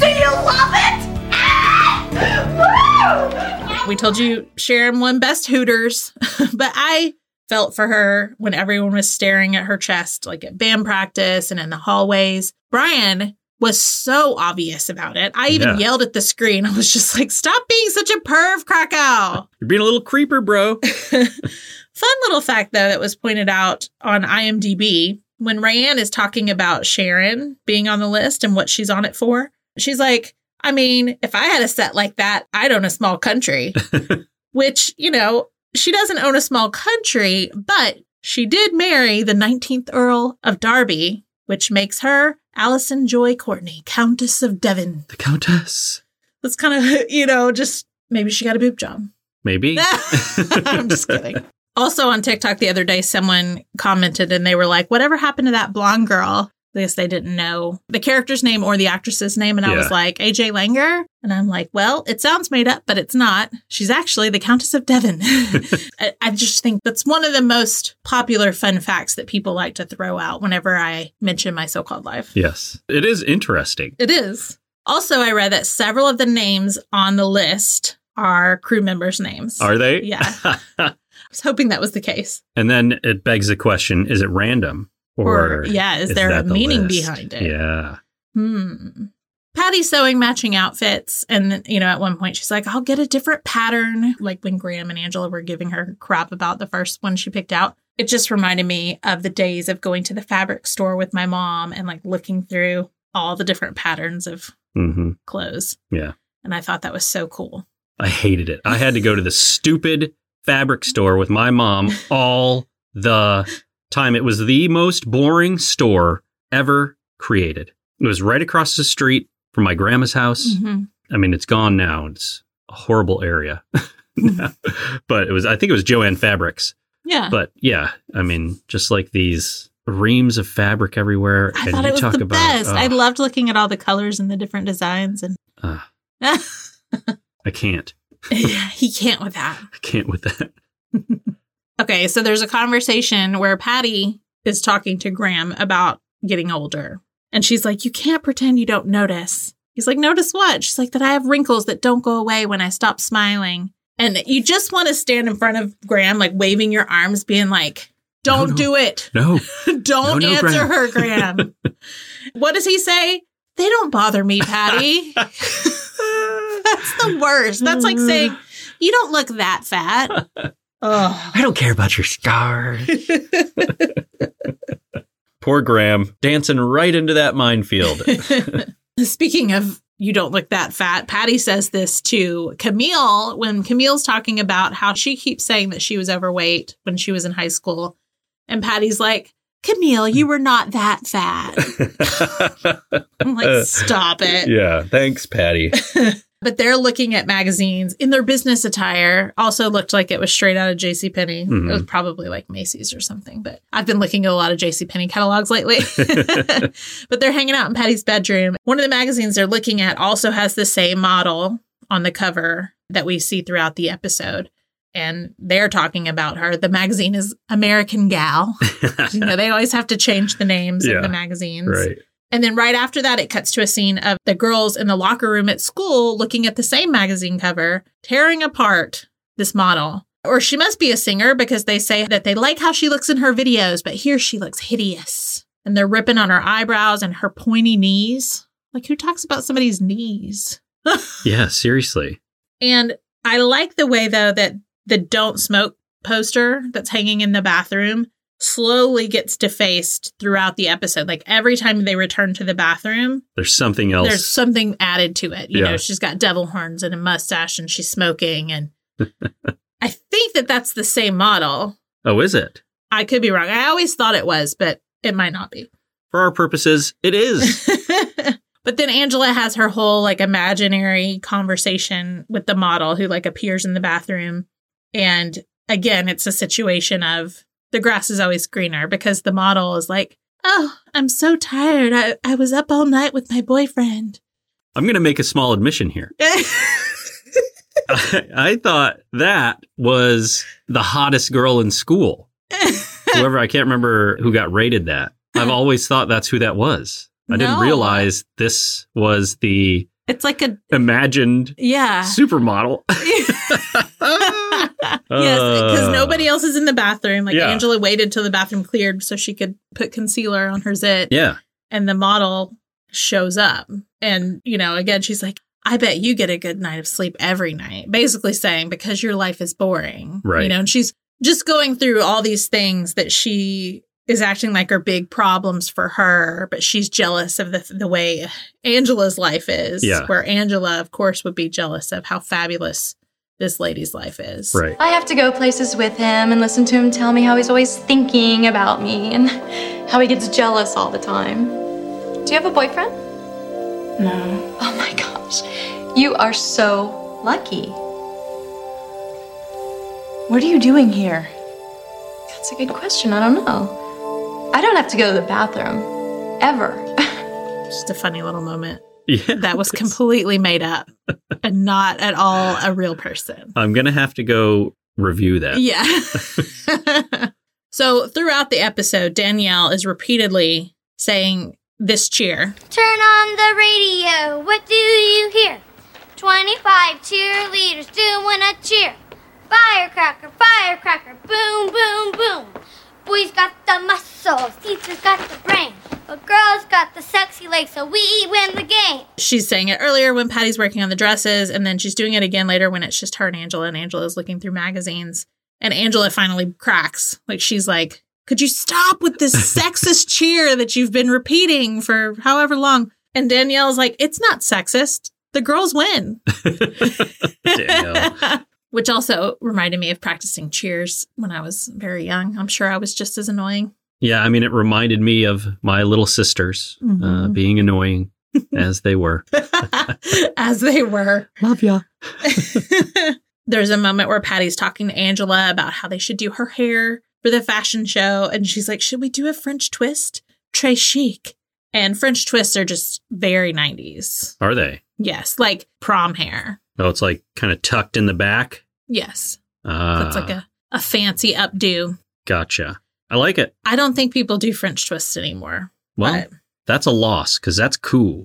Speaker 4: Do you love it? Ah! Woo!
Speaker 1: We told you Sharon won best Hooters, but I felt for her when everyone was staring at her chest, like at band practice and in the hallways. Brian was so obvious about it. I even
Speaker 2: Yeah.
Speaker 1: yelled at the screen. I was just like, stop being such a perv, Krakow.
Speaker 2: you're being a little creeper, bro.
Speaker 1: Fun little fact, though, that was pointed out on IMDb when Rayanne is talking about Sharon being on the list and what she's on it for. She's like, I mean, if I had a set like that, I'd own a small country, which, you know, she doesn't own a small country, but she did marry the 19th Earl of Derby, which makes her Alison Joy Courtney, Countess of Devon.
Speaker 2: the Countess.
Speaker 1: That's kind of, you know, just maybe she got a boob job.
Speaker 2: Maybe.
Speaker 1: I'm just kidding. Also on TikTok the other day, someone commented and they were like, whatever happened to that blonde girl I guess they didn't know the character's name or the actress's name. And I was
Speaker 2: Yeah.
Speaker 1: like, AJ Langer. And I'm like, well, it sounds made up, but it's not. She's actually the Countess of Devon. I, I just think that's one of the most popular fun facts that people like to throw out whenever I mention my so called life.
Speaker 2: Yes. It is interesting.
Speaker 1: It is. Also, I read that several of the names on the list are crew members' names.
Speaker 2: Are they?
Speaker 1: Yeah. I was hoping that was the case.
Speaker 2: and then it begs the question is it random? Or,
Speaker 1: Or, yeah, is there a
Speaker 2: that the
Speaker 1: meaning
Speaker 2: list?
Speaker 1: behind it?
Speaker 2: Yeah.
Speaker 1: Hmm. Patty sewing matching outfits. And, then, you know, at one point she's like, I'll get a different pattern. Like when Graham and Angela were giving her crap about the first one she picked out. It just reminded me of the days of going to the fabric store with my mom and like looking through all the different patterns of
Speaker 2: hmm
Speaker 1: clothes.
Speaker 2: Yeah.
Speaker 1: And I thought that was so cool.
Speaker 2: I hated it. I had to go to the stupid fabric store with my mom all the time. It was the most boring store ever created. It was right across the street from my grandma's house.
Speaker 1: Mm-hmm.
Speaker 2: I mean, it's gone now. It's a horrible area.
Speaker 1: Mm-hmm.
Speaker 2: but it was, I think it was Joanne Fabrics.
Speaker 1: Yeah.
Speaker 2: But yeah, I mean, just like these reams of fabric everywhere.
Speaker 1: I thought it was the best. I
Speaker 2: ugh,
Speaker 1: loved looking at all the colors and the different designs. And
Speaker 2: ugh, I can't.
Speaker 1: yeah, he can't with that.
Speaker 2: I can't with that.
Speaker 1: Okay, so there's a conversation where Patty is talking to Graham about getting older. And she's like, You can't pretend you don't notice. He's like, Notice what? She's like, That I have wrinkles that don't go away when I stop smiling. And you just want to stand in front of Graham, like waving your arms, being like, Don't
Speaker 2: no.
Speaker 1: do it.
Speaker 2: No.
Speaker 1: Don't
Speaker 2: No, no,
Speaker 1: answer
Speaker 2: Graham.
Speaker 1: her, Graham. what does he say? They don't bother me, Patty. That's the worst. That's like saying, you don't look that fat. Oh,
Speaker 2: I don't care about your scars. Poor Graham dancing right into that minefield.
Speaker 1: Speaking of you don't look that fat, Patty says this to Camille when Camille's talking about how she keeps saying that she was overweight when she was in high school. And Patty's like, Camille, you were not that fat. I'm like, stop it.
Speaker 2: yeah. Thanks, Patty.
Speaker 1: But they're looking at magazines in their business attire. Also looked like it was straight out of JCPenney.
Speaker 2: Mm-hmm.
Speaker 1: It was probably like Macy's or something. But I've been looking at a lot of JCPenney catalogs lately. but they're hanging out in Patty's bedroom. One of the magazines they're looking at also has the same model on the cover that we see throughout the episode. And they're talking about her. The magazine is American Gal. you know, they always have to change the names
Speaker 2: Yeah,
Speaker 1: of the magazines.
Speaker 2: Right.
Speaker 1: And then right after that, it cuts to a scene of the girls in the locker room at school looking at the same magazine cover, tearing apart this model. Or she must be a singer because they say that they like how she looks in her videos, but here she looks hideous. And they're ripping on her eyebrows and her pointy knees. Like, who talks about somebody's knees?
Speaker 2: Yeah, seriously.
Speaker 1: And I like the way, though, that the don't smoke poster that's hanging in the bathroom slowly gets defaced throughout the episode. Like, every time they return to the bathroom,
Speaker 2: There's something else.
Speaker 1: there's something added to it. You
Speaker 2: Yeah.
Speaker 1: know, she's got devil horns and a mustache and she's smoking. And I think that that's the same model.
Speaker 2: oh, is it?
Speaker 1: I could be wrong. I always thought it was, but it might not be.
Speaker 2: For our purposes, it is.
Speaker 1: but then Angela has her whole like imaginary conversation with the model who like appears in the bathroom. And again, it's a situation of the grass is always greener because the model is like, Oh, I'm so tired. I, I was up all night with my boyfriend.
Speaker 2: I'm going to make a small admission here. I, I thought that was the hottest girl in school. Whoever, I can't remember who got rated that. I've always thought that's who that was. I didn't
Speaker 1: No.
Speaker 2: realize this was the
Speaker 1: It's like a
Speaker 2: imagined
Speaker 1: yeah.
Speaker 2: supermodel.
Speaker 1: Ah. yes, because
Speaker 2: Uh.
Speaker 1: nobody else is in the bathroom. Like
Speaker 2: Yeah.
Speaker 1: Angela waited till the bathroom cleared so she could put concealer on her zit,
Speaker 2: yeah.
Speaker 1: and the model shows up. And you know, again, she's like, "I bet you get a good night of sleep every night," basically saying because your life is boring, You
Speaker 2: Right.
Speaker 1: know, and she's just going through all these things that she is acting like are big problems for her, but she's jealous of the the way Angela's life is.
Speaker 2: Yeah.
Speaker 1: Where Angela, of course, would be jealous of how fabulous this lady's life is.
Speaker 2: Right.
Speaker 10: I have to go places with him and listen to him tell me how he's always thinking about me and how he gets jealous all the time. Do you have a boyfriend? No. Oh my gosh. You are so lucky.
Speaker 9: What are you doing here?
Speaker 10: That's a good question. I don't know. I don't have to go to the bathroom. ever.
Speaker 1: Just a funny little moment. Yeah, that was completely made up and not at all a real person.
Speaker 2: I'm going to have to go review that.
Speaker 1: Yeah. so throughout the episode, Danielle is repeatedly saying this cheer.
Speaker 11: Turn on the radio. What do you hear? 25 cheerleaders doing a cheer. Firecracker, firecracker, boom, boom, boom. Boys got the muscles, teachers got the brain. But girls got the sexy legs, so we win the game.
Speaker 1: She's saying it earlier when Patty's working on the dresses, and then she's doing it again later when it's just her and Angela, and Angela's looking through magazines. And Angela finally cracks. Like, she's like, Could you stop with this sexist cheer that you've been repeating for however long? And Danielle's like, It's not sexist. The girls win.
Speaker 2: Danielle.
Speaker 1: Which also reminded me of practicing cheers when I was very young. I'm sure I was just as annoying.
Speaker 2: Yeah, I mean, it reminded me of my little sisters mm-hmm. uh, being annoying as they were.
Speaker 1: as they were.
Speaker 2: Love ya.
Speaker 1: There's a moment where Patty's talking to Angela about how they should do her hair for the fashion show. And she's like, Should we do a French twist? Très chic. And French twists are just very 90s.
Speaker 2: Are they?
Speaker 1: Yes, like prom hair.
Speaker 2: Oh, it's like kind of tucked in the back?
Speaker 1: Yes.
Speaker 2: Uh,
Speaker 1: That's like a, a fancy updo.
Speaker 2: Gotcha. I like it.
Speaker 1: I don't think people do French twists anymore.
Speaker 2: Well, but. that's a loss because that's cool.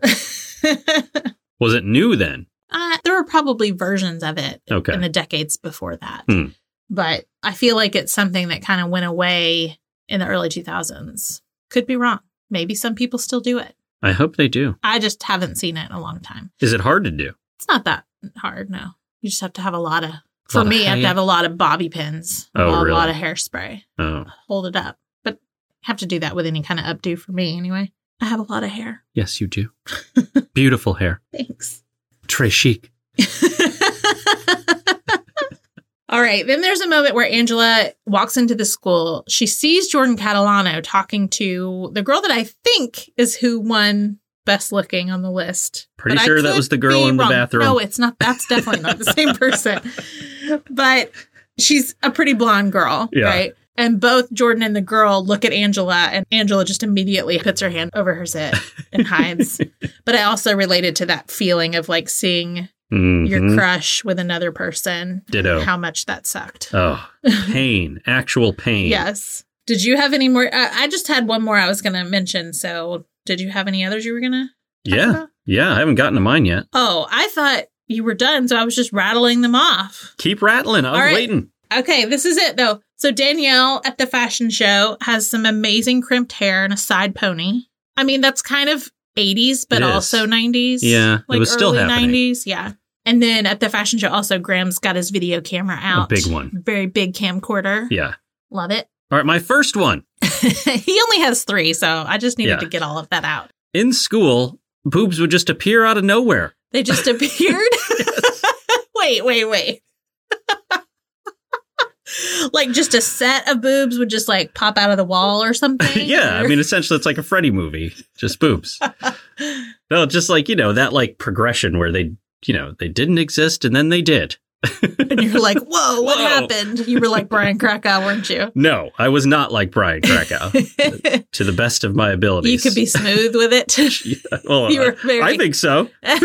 Speaker 2: was it new then?
Speaker 1: Uh, there were probably versions of it
Speaker 2: okay.
Speaker 1: in the decades before that.
Speaker 2: Hmm.
Speaker 1: But I feel like it's something that kind of went away in the early 2000s. Could be wrong. Maybe some people still do it.
Speaker 2: I hope they do.
Speaker 1: I just haven't seen it in a long time.
Speaker 2: Is it hard to do?
Speaker 1: It's not that hard, no. You just have to have a lot of for me, I have to have a lot of bobby pins,
Speaker 2: oh,
Speaker 1: a, lot,
Speaker 2: really?
Speaker 1: lot, of hairspray.
Speaker 2: Oh.
Speaker 1: Hold it up. But have to do that with any kind of updo for me anyway. I have a lot of hair.
Speaker 2: Yes, you do. Beautiful hair.
Speaker 1: Thanks.
Speaker 2: Très chic.
Speaker 1: All right. Then there's a moment where Angela walks into the school. She sees Jordan Catalano talking to the girl that I think is who won best looking on the list.
Speaker 2: Pretty but sure that was the girl in the wrong. bathroom.
Speaker 1: No, it's not. That's definitely not the same person. But she's a pretty blonde girl,
Speaker 2: yeah.
Speaker 1: right? And both Jordan and the girl look at Angela, and Angela just immediately puts her hand over her zit and hides. but I also related to that feeling of like seeing
Speaker 2: mm-hmm.
Speaker 1: your crush with another person.
Speaker 2: Ditto.
Speaker 1: How much that sucked.
Speaker 2: Oh, pain, actual pain.
Speaker 1: Yes. Did you have any more? I, I just had one more I was going to mention. So did you have any others you were gonna?
Speaker 2: Yeah,
Speaker 1: about?
Speaker 2: yeah. I haven't gotten to mine yet.
Speaker 1: Oh, I thought you were done, so I was just rattling them off.
Speaker 2: Keep rattling. I was right. waiting.
Speaker 1: Okay, this is it though. So Danielle at the fashion show has some amazing crimped hair and a side pony. I mean, that's kind of 80s, but also 90s.
Speaker 2: Yeah,
Speaker 1: like
Speaker 2: it was
Speaker 1: early
Speaker 2: still happening.
Speaker 1: 90s. Yeah. And then at the fashion show, also Graham's got his video camera out,
Speaker 2: a big one,
Speaker 1: very big camcorder.
Speaker 2: Yeah,
Speaker 1: love it.
Speaker 2: All right, my first one.
Speaker 1: he only has three, so I just needed yeah. to get all of that out.
Speaker 2: In school, boobs would just appear out of nowhere.
Speaker 1: They just appeared? wait, wait, wait. like just a set of boobs would just like pop out of the wall or something?
Speaker 2: yeah,
Speaker 1: or?
Speaker 2: I mean, essentially, it's like a Freddy movie, just boobs. no, just like, you know, that like progression where they, you know, they didn't exist and then they did.
Speaker 1: and you're like, whoa, what whoa. happened? You were like Brian Krakow, weren't you?
Speaker 2: No, I was not like Brian Krakow to the best of my abilities.
Speaker 1: You could be smooth with it.
Speaker 2: yeah, well,
Speaker 1: you were very...
Speaker 2: I think so.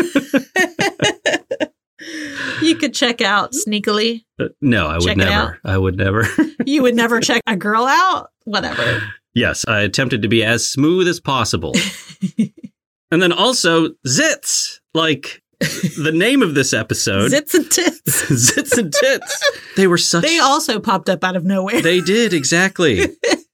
Speaker 1: you could check out sneakily.
Speaker 2: Uh, no, I
Speaker 1: check
Speaker 2: would never. I would never.
Speaker 1: you would never check a girl out? Whatever.
Speaker 2: Yes, I attempted to be as smooth as possible. and then also zits. Like the name of this episode
Speaker 1: Zits and Tits.
Speaker 2: Zits and Tits. They were such.
Speaker 1: They also popped up out of nowhere.
Speaker 2: they did, exactly.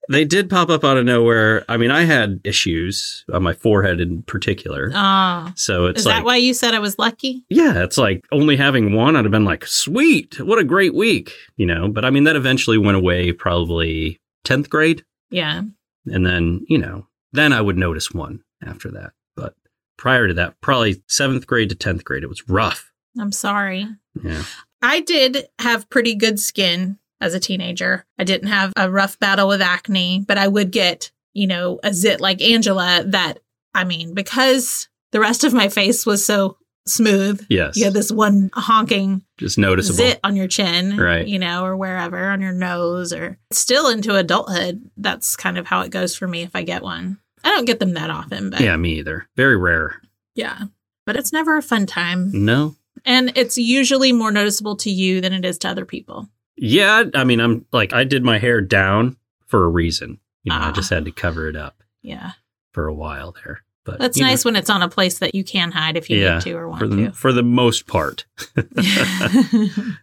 Speaker 2: they did pop up out of nowhere. I mean, I had issues on my forehead in particular.
Speaker 1: Oh.
Speaker 2: So it's
Speaker 1: Is
Speaker 2: like.
Speaker 1: that why you said I was lucky?
Speaker 2: Yeah, it's like only having one, I'd have been like, sweet, what a great week, you know? But I mean, that eventually went away probably 10th grade.
Speaker 1: Yeah.
Speaker 2: And then, you know, then I would notice one after that. But prior to that, probably seventh grade to 10th grade. It was rough.
Speaker 1: I'm sorry.
Speaker 2: Yeah.
Speaker 1: I did have pretty good skin as a teenager. I didn't have a rough battle with acne, but I would get, you know, a zit like Angela that, I mean, because the rest of my face was so smooth.
Speaker 2: Yes.
Speaker 1: You had this one honking
Speaker 2: just noticeable
Speaker 1: zit on your chin,
Speaker 2: right?
Speaker 1: You know, or wherever on your nose, or still into adulthood. That's kind of how it goes for me if I get one. I don't get them that often, but
Speaker 2: Yeah, me either. Very rare.
Speaker 1: yeah. But it's never a fun time.
Speaker 2: No.
Speaker 1: And it's usually more noticeable to you than it is to other people.
Speaker 2: Yeah, I mean, I'm like, I did my hair down for a reason. You know, I
Speaker 1: Ah.
Speaker 2: just had to cover it up
Speaker 1: Yeah.
Speaker 2: for a while there. But
Speaker 1: That's
Speaker 2: you know,
Speaker 1: nice when it's on a place that you can hide if you need to or want
Speaker 2: for the,
Speaker 1: to.
Speaker 2: for the most part.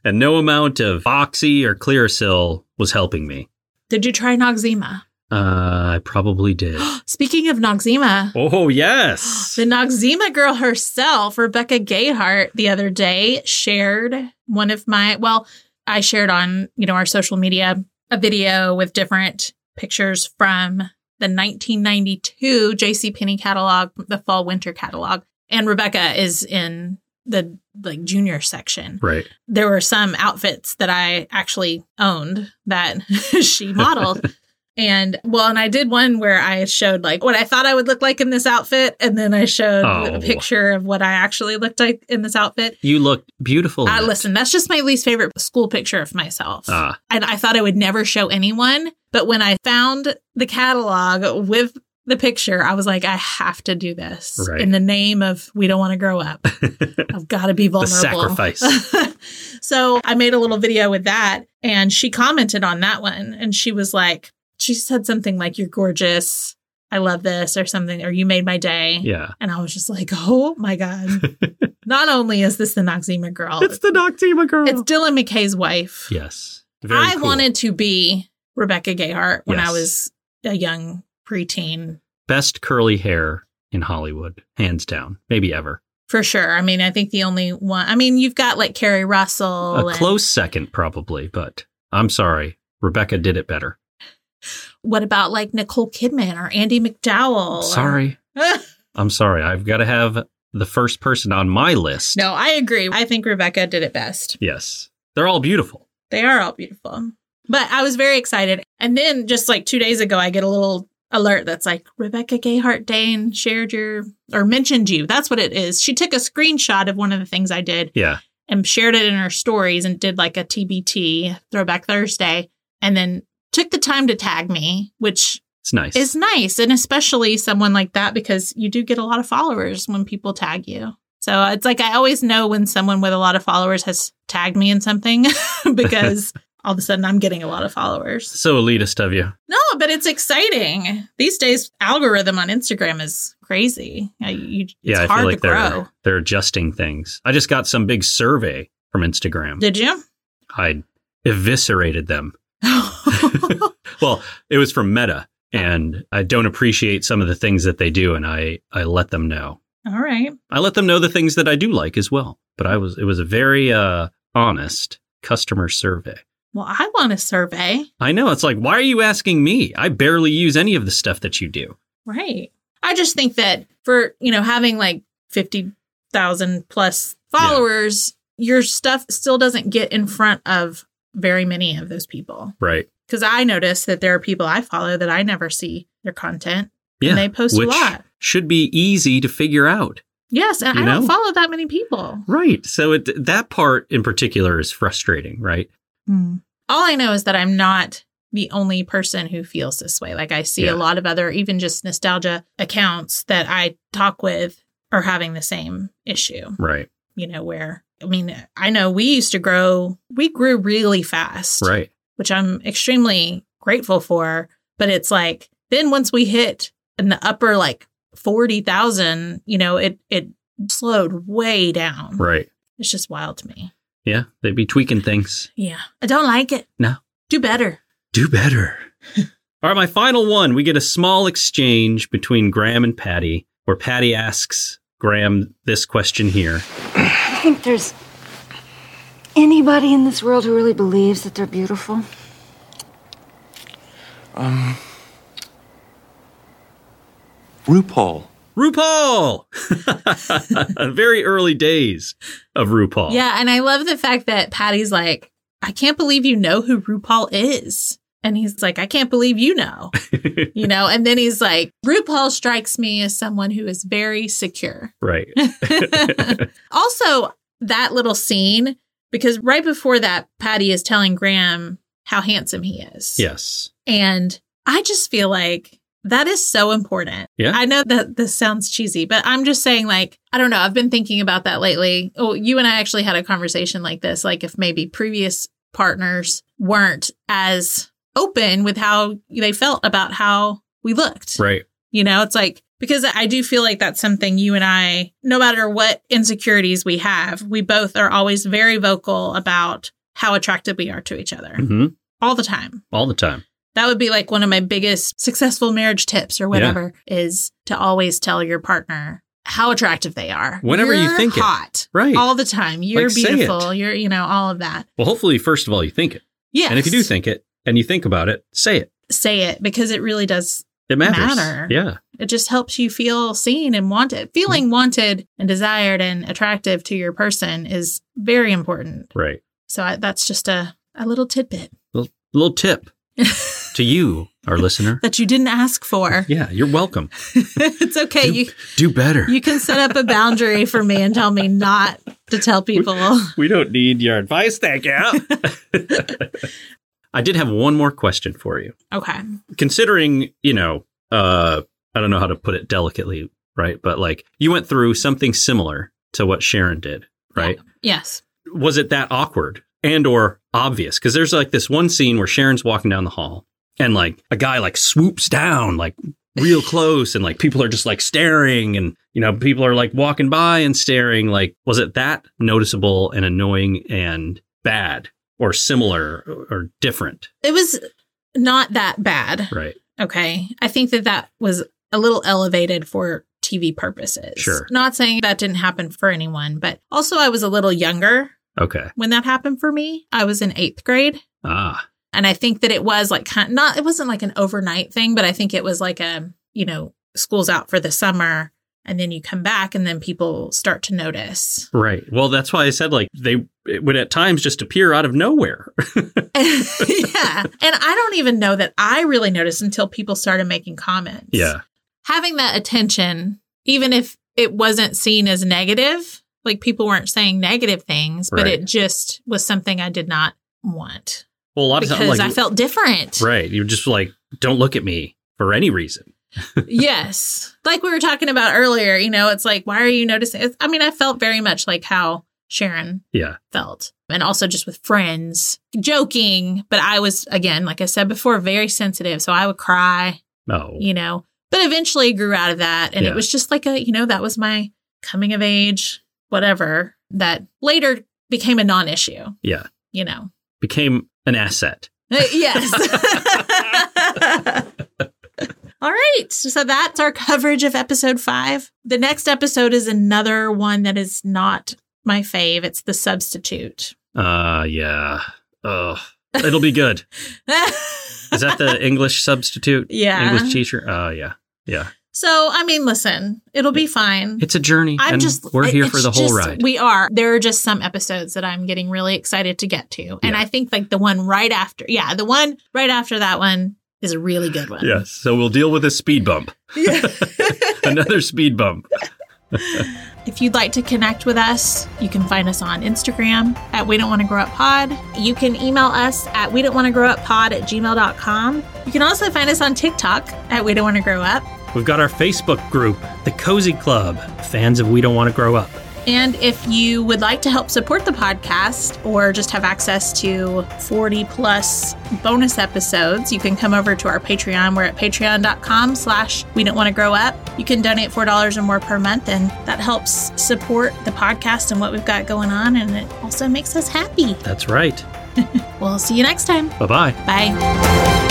Speaker 2: and no amount of Oxy or Clearasil was helping me.
Speaker 1: Did you try Noxzema?
Speaker 2: Uh, I probably did.
Speaker 1: Speaking of Noxzema,
Speaker 2: oh yes.
Speaker 1: the Noxzema girl herself, Rebecca Gayhart, the other day shared one of my well, I shared on, you know, our social media a video with different pictures from the 1992 JCPenney catalog, the fall winter catalog. And Rebecca is in the like junior section.
Speaker 2: Right.
Speaker 1: there were some outfits that I actually owned that she modeled. and well, and I did one where I showed like what I thought I would look like in this outfit. And then I showed
Speaker 2: Oh.
Speaker 1: a picture of what I actually looked like in this outfit.
Speaker 2: You looked beautiful. in
Speaker 1: I
Speaker 2: it.
Speaker 1: listen, that's just my least favorite school picture of myself.
Speaker 2: Ah,
Speaker 1: And I thought I would never show anyone. But when I found the catalog with the picture, I was like, I have to do this
Speaker 2: Right.
Speaker 1: in the name of we don't want to grow up. I've got to be
Speaker 2: the
Speaker 1: vulnerable.
Speaker 2: sacrifice.
Speaker 1: So I made a little video with that and she commented on that one and she was like, she said something like, You're gorgeous. I love this or something, or you made my day.
Speaker 2: Yeah.
Speaker 1: And I was just like, Oh my God. Not only is this the Noxema girl,
Speaker 2: It's the Noxema girl.
Speaker 1: It's Dylan McKay's wife.
Speaker 2: yes. Very
Speaker 1: I
Speaker 2: cool.
Speaker 1: wanted to be Rebecca Gayhart when
Speaker 2: Yes.
Speaker 1: I was a young preteen.
Speaker 2: best curly hair in Hollywood, hands down, maybe ever.
Speaker 1: For sure. I mean, I think the only one, I mean, you've got like Carrie Russell.
Speaker 2: A
Speaker 1: and-
Speaker 2: close second, probably, but I'm sorry, Rebecca did it better.
Speaker 1: What about like Nicole Kidman or Andy McDowell? or-
Speaker 2: Sorry, I'm sorry. I've got to have the first person on my list.
Speaker 1: No, I agree. I think Rebecca did it best.
Speaker 2: Yes, they're all beautiful.
Speaker 1: They are all beautiful. But I was very excited. And then just like two days ago, I get a little alert that's like, Rebecca Gayhart Dane shared your or mentioned you. That's what it is. She took a screenshot of one of the things I did
Speaker 2: Yeah,
Speaker 1: and shared it in her stories and did like a TBT throwback Thursday and then took the time to tag me, which
Speaker 2: it's nice.
Speaker 1: is nice. And especially someone like that because you do get a lot of followers when people tag you. So it's like I always know when someone with a lot of followers has tagged me in something because all of a sudden I'm getting a lot of followers.
Speaker 2: so elitist of you.
Speaker 1: No, but it's exciting. These days algorithm on Instagram is crazy. Uh, you- it's
Speaker 2: Yeah, I
Speaker 1: hard
Speaker 2: feel like
Speaker 1: to grow.
Speaker 2: they're they're adjusting things. I just got some big survey from Instagram.
Speaker 1: Did you?
Speaker 2: I eviscerated them. well, it was from Meta, and I don't appreciate some of the things that they do, and I I let them know.
Speaker 1: All right.
Speaker 2: I let them know the things that I do like as well. But I was it was a very uh, honest customer survey.
Speaker 1: Well, I want a survey.
Speaker 2: I know it's like why are you asking me? I barely use any of the stuff that you do.
Speaker 1: Right. I just think that for, you know, having like 50,000 plus followers, your stuff still doesn't get in front of very many of those people.
Speaker 2: Right.
Speaker 1: Cause I notice that there are people I follow that I never see their content.
Speaker 2: Yeah.
Speaker 1: And they post a
Speaker 2: which
Speaker 1: lot.
Speaker 2: Should be easy to figure out.
Speaker 1: Yes. And
Speaker 2: You
Speaker 1: I
Speaker 2: know?
Speaker 1: don't follow that many people.
Speaker 2: Right. So it, that part in particular is frustrating, right?
Speaker 1: All I know is that I'm not the only person who feels this way. Like I see a
Speaker 2: Yeah.
Speaker 1: lot of other, even just nostalgia accounts that I talk with are having the same issue.
Speaker 2: Right.
Speaker 1: you know, where I mean, I know we used to grow, we grew really fast,
Speaker 2: Right.
Speaker 1: which I'm extremely grateful for. But it's like, then once we hit in the upper like 40,000, you know, it, it slowed way down.
Speaker 2: Right.
Speaker 1: It's just wild to me.
Speaker 2: Yeah. They'd be tweaking things.
Speaker 1: Yeah. I don't like it.
Speaker 2: No.
Speaker 1: Do better.
Speaker 2: Do better. All right, my final one. We get a small exchange between Graham and Patty, where Patty asks Graham this question here.
Speaker 5: I think there's anybody in this world who really believes that they're beautiful.
Speaker 6: Um. RuPaul.
Speaker 2: RuPaul! Very early days of RuPaul.
Speaker 1: Yeah. And I love the fact that Patty's like, I can't believe you know who RuPaul is. And he's like, I can't believe you know. you know, and then he's like, RuPaul strikes me as someone who is very secure.
Speaker 2: Right.
Speaker 1: Also, that little scene, because right before that, Patty is telling Graham how handsome he is.
Speaker 2: Yes.
Speaker 1: And I just feel like That is so important.
Speaker 2: Yeah.
Speaker 1: I know that this sounds cheesy, but I'm just saying, like, I don't know. I've been thinking about that lately. Oh, you and I actually had a conversation like this, like, if maybe previous partners weren't as open with how they felt about how we looked.
Speaker 2: Right.
Speaker 1: You know, it's like, because I do feel like that's something you and I, no matter what insecurities we have, we both are always very vocal about how attracted we are to each other
Speaker 2: hmm
Speaker 1: all the time.
Speaker 2: All the time.
Speaker 1: That would be like one of my biggest successful marriage tips or whatever is to always tell your partner how attractive they are.
Speaker 2: Whenever you
Speaker 1: You're
Speaker 2: think it.
Speaker 1: hot.
Speaker 2: Right.
Speaker 1: All the time. You're
Speaker 2: Like, say it.
Speaker 1: beautiful. You're, you know, all of that.
Speaker 2: Well, hopefully, first of all, you think it.
Speaker 1: Yes.
Speaker 2: And if you do think it and you think about it, say it.
Speaker 1: say it because it really does
Speaker 2: It matters.
Speaker 1: Matter.
Speaker 2: Yeah.
Speaker 1: It just helps you feel seen and wanted.
Speaker 2: Mm-hmm.
Speaker 1: Feeling wanted and desired and attractive to your person is very important.
Speaker 2: Right.
Speaker 1: So I, that's just a, a little tidbit
Speaker 2: Little, little tip to you, our listener.
Speaker 1: that you didn't ask for.
Speaker 2: Yeah, you're welcome.
Speaker 1: it's okay. You
Speaker 2: Do better.
Speaker 1: you can set up a boundary for me and tell me not to tell people.
Speaker 2: we don't need your advice, thank you. I did have one more question for you.
Speaker 1: Okay.
Speaker 2: Considering, you know, uh, I don't know how to put it delicately, right? But like you went through something similar to what Sharon did, right?
Speaker 1: Yes.
Speaker 2: was it that awkward and or obvious because there's like this one scene where sharon's walking down the hall and like a guy like swoops down like real close and like people are just like staring and you know people are like walking by and staring like was it that noticeable and annoying and bad or similar or, or different
Speaker 1: It was not that bad.
Speaker 2: right
Speaker 1: Okay. I think that that was a little elevated for TV purposes.
Speaker 2: Sure.
Speaker 1: Not saying that didn't happen for anyone, but also I was a little younger
Speaker 2: okay
Speaker 1: when that happened for me. I was in eighth grade.
Speaker 2: ah
Speaker 1: And I think that it was like kind not, it wasn't like an overnight thing, but I think it was like a, you know, school's out for the summer and then you come back and then people start to notice.
Speaker 2: right well that's why i said like they it would at times just appear out of nowhere
Speaker 1: yeah. And I don't even know that I really noticed until people started making comments.
Speaker 2: yeah
Speaker 1: having that attention, even if it wasn't seen as negative, like people weren't saying negative things, but
Speaker 2: Right.
Speaker 1: it just was something I did not want
Speaker 2: well a lot of
Speaker 1: because
Speaker 2: times like
Speaker 1: I felt different.
Speaker 2: Right. You're just like, don't look at me for any reason.
Speaker 1: yes. Like we were talking about earlier, you know, it's like, why are you noticing? It's, I mean, I felt very much like how Sharon
Speaker 2: Yeah.
Speaker 1: felt. And also just with friends joking. But I was, again, like I said before, very sensitive. So I would cry.
Speaker 2: No.
Speaker 1: you know but eventually grew out of that and
Speaker 2: Yeah.
Speaker 1: it was just like a you know that was my coming of age whatever that later became a non-issue
Speaker 2: Yeah.
Speaker 1: you know
Speaker 2: Became an asset.
Speaker 1: Uh, yes all right so that's our coverage of episode five the next episode is another one that is not my fave it's the substitute
Speaker 2: Uh yeah. Ugh. It'll be good. Is that the English substitute?
Speaker 1: Yeah.
Speaker 2: English teacher? Uh yeah. Yeah.
Speaker 1: so i mean listen it'll be fine
Speaker 2: It's a journey.
Speaker 1: I'm
Speaker 2: and
Speaker 1: just
Speaker 2: we're here
Speaker 1: it's
Speaker 2: for the whole
Speaker 1: just-
Speaker 2: ride.
Speaker 1: We are. There are just some episodes that I'm getting really excited to get to. And
Speaker 2: Yeah.
Speaker 1: I think like the one right after yeah, the one right after that one is a really good one.
Speaker 2: yes. So we'll deal with a speed bump. Another speed bump.
Speaker 1: If you'd like to connect with us, you can find us on Instagram at We Don't Want to Grow Up Pod. You can email us at We Don't Want to Grow Up Pod at gmail.com. You can also find us on TikTok at We Don't Want to Grow Up.
Speaker 2: We've got our Facebook group, the Cozy Club, fans of We Don't Want to Grow Up.
Speaker 1: And if you would like to help support the podcast or just have access to 40 plus bonus episodes, you can come over to our Patreon. We're at patreon.com slash we don't want to grow up. You can donate $4 or more per month, and that helps support the podcast and what we've got going on. And it also makes us happy.
Speaker 2: That's right.
Speaker 1: We'll see you next time.
Speaker 2: Bye bye.
Speaker 1: Bye.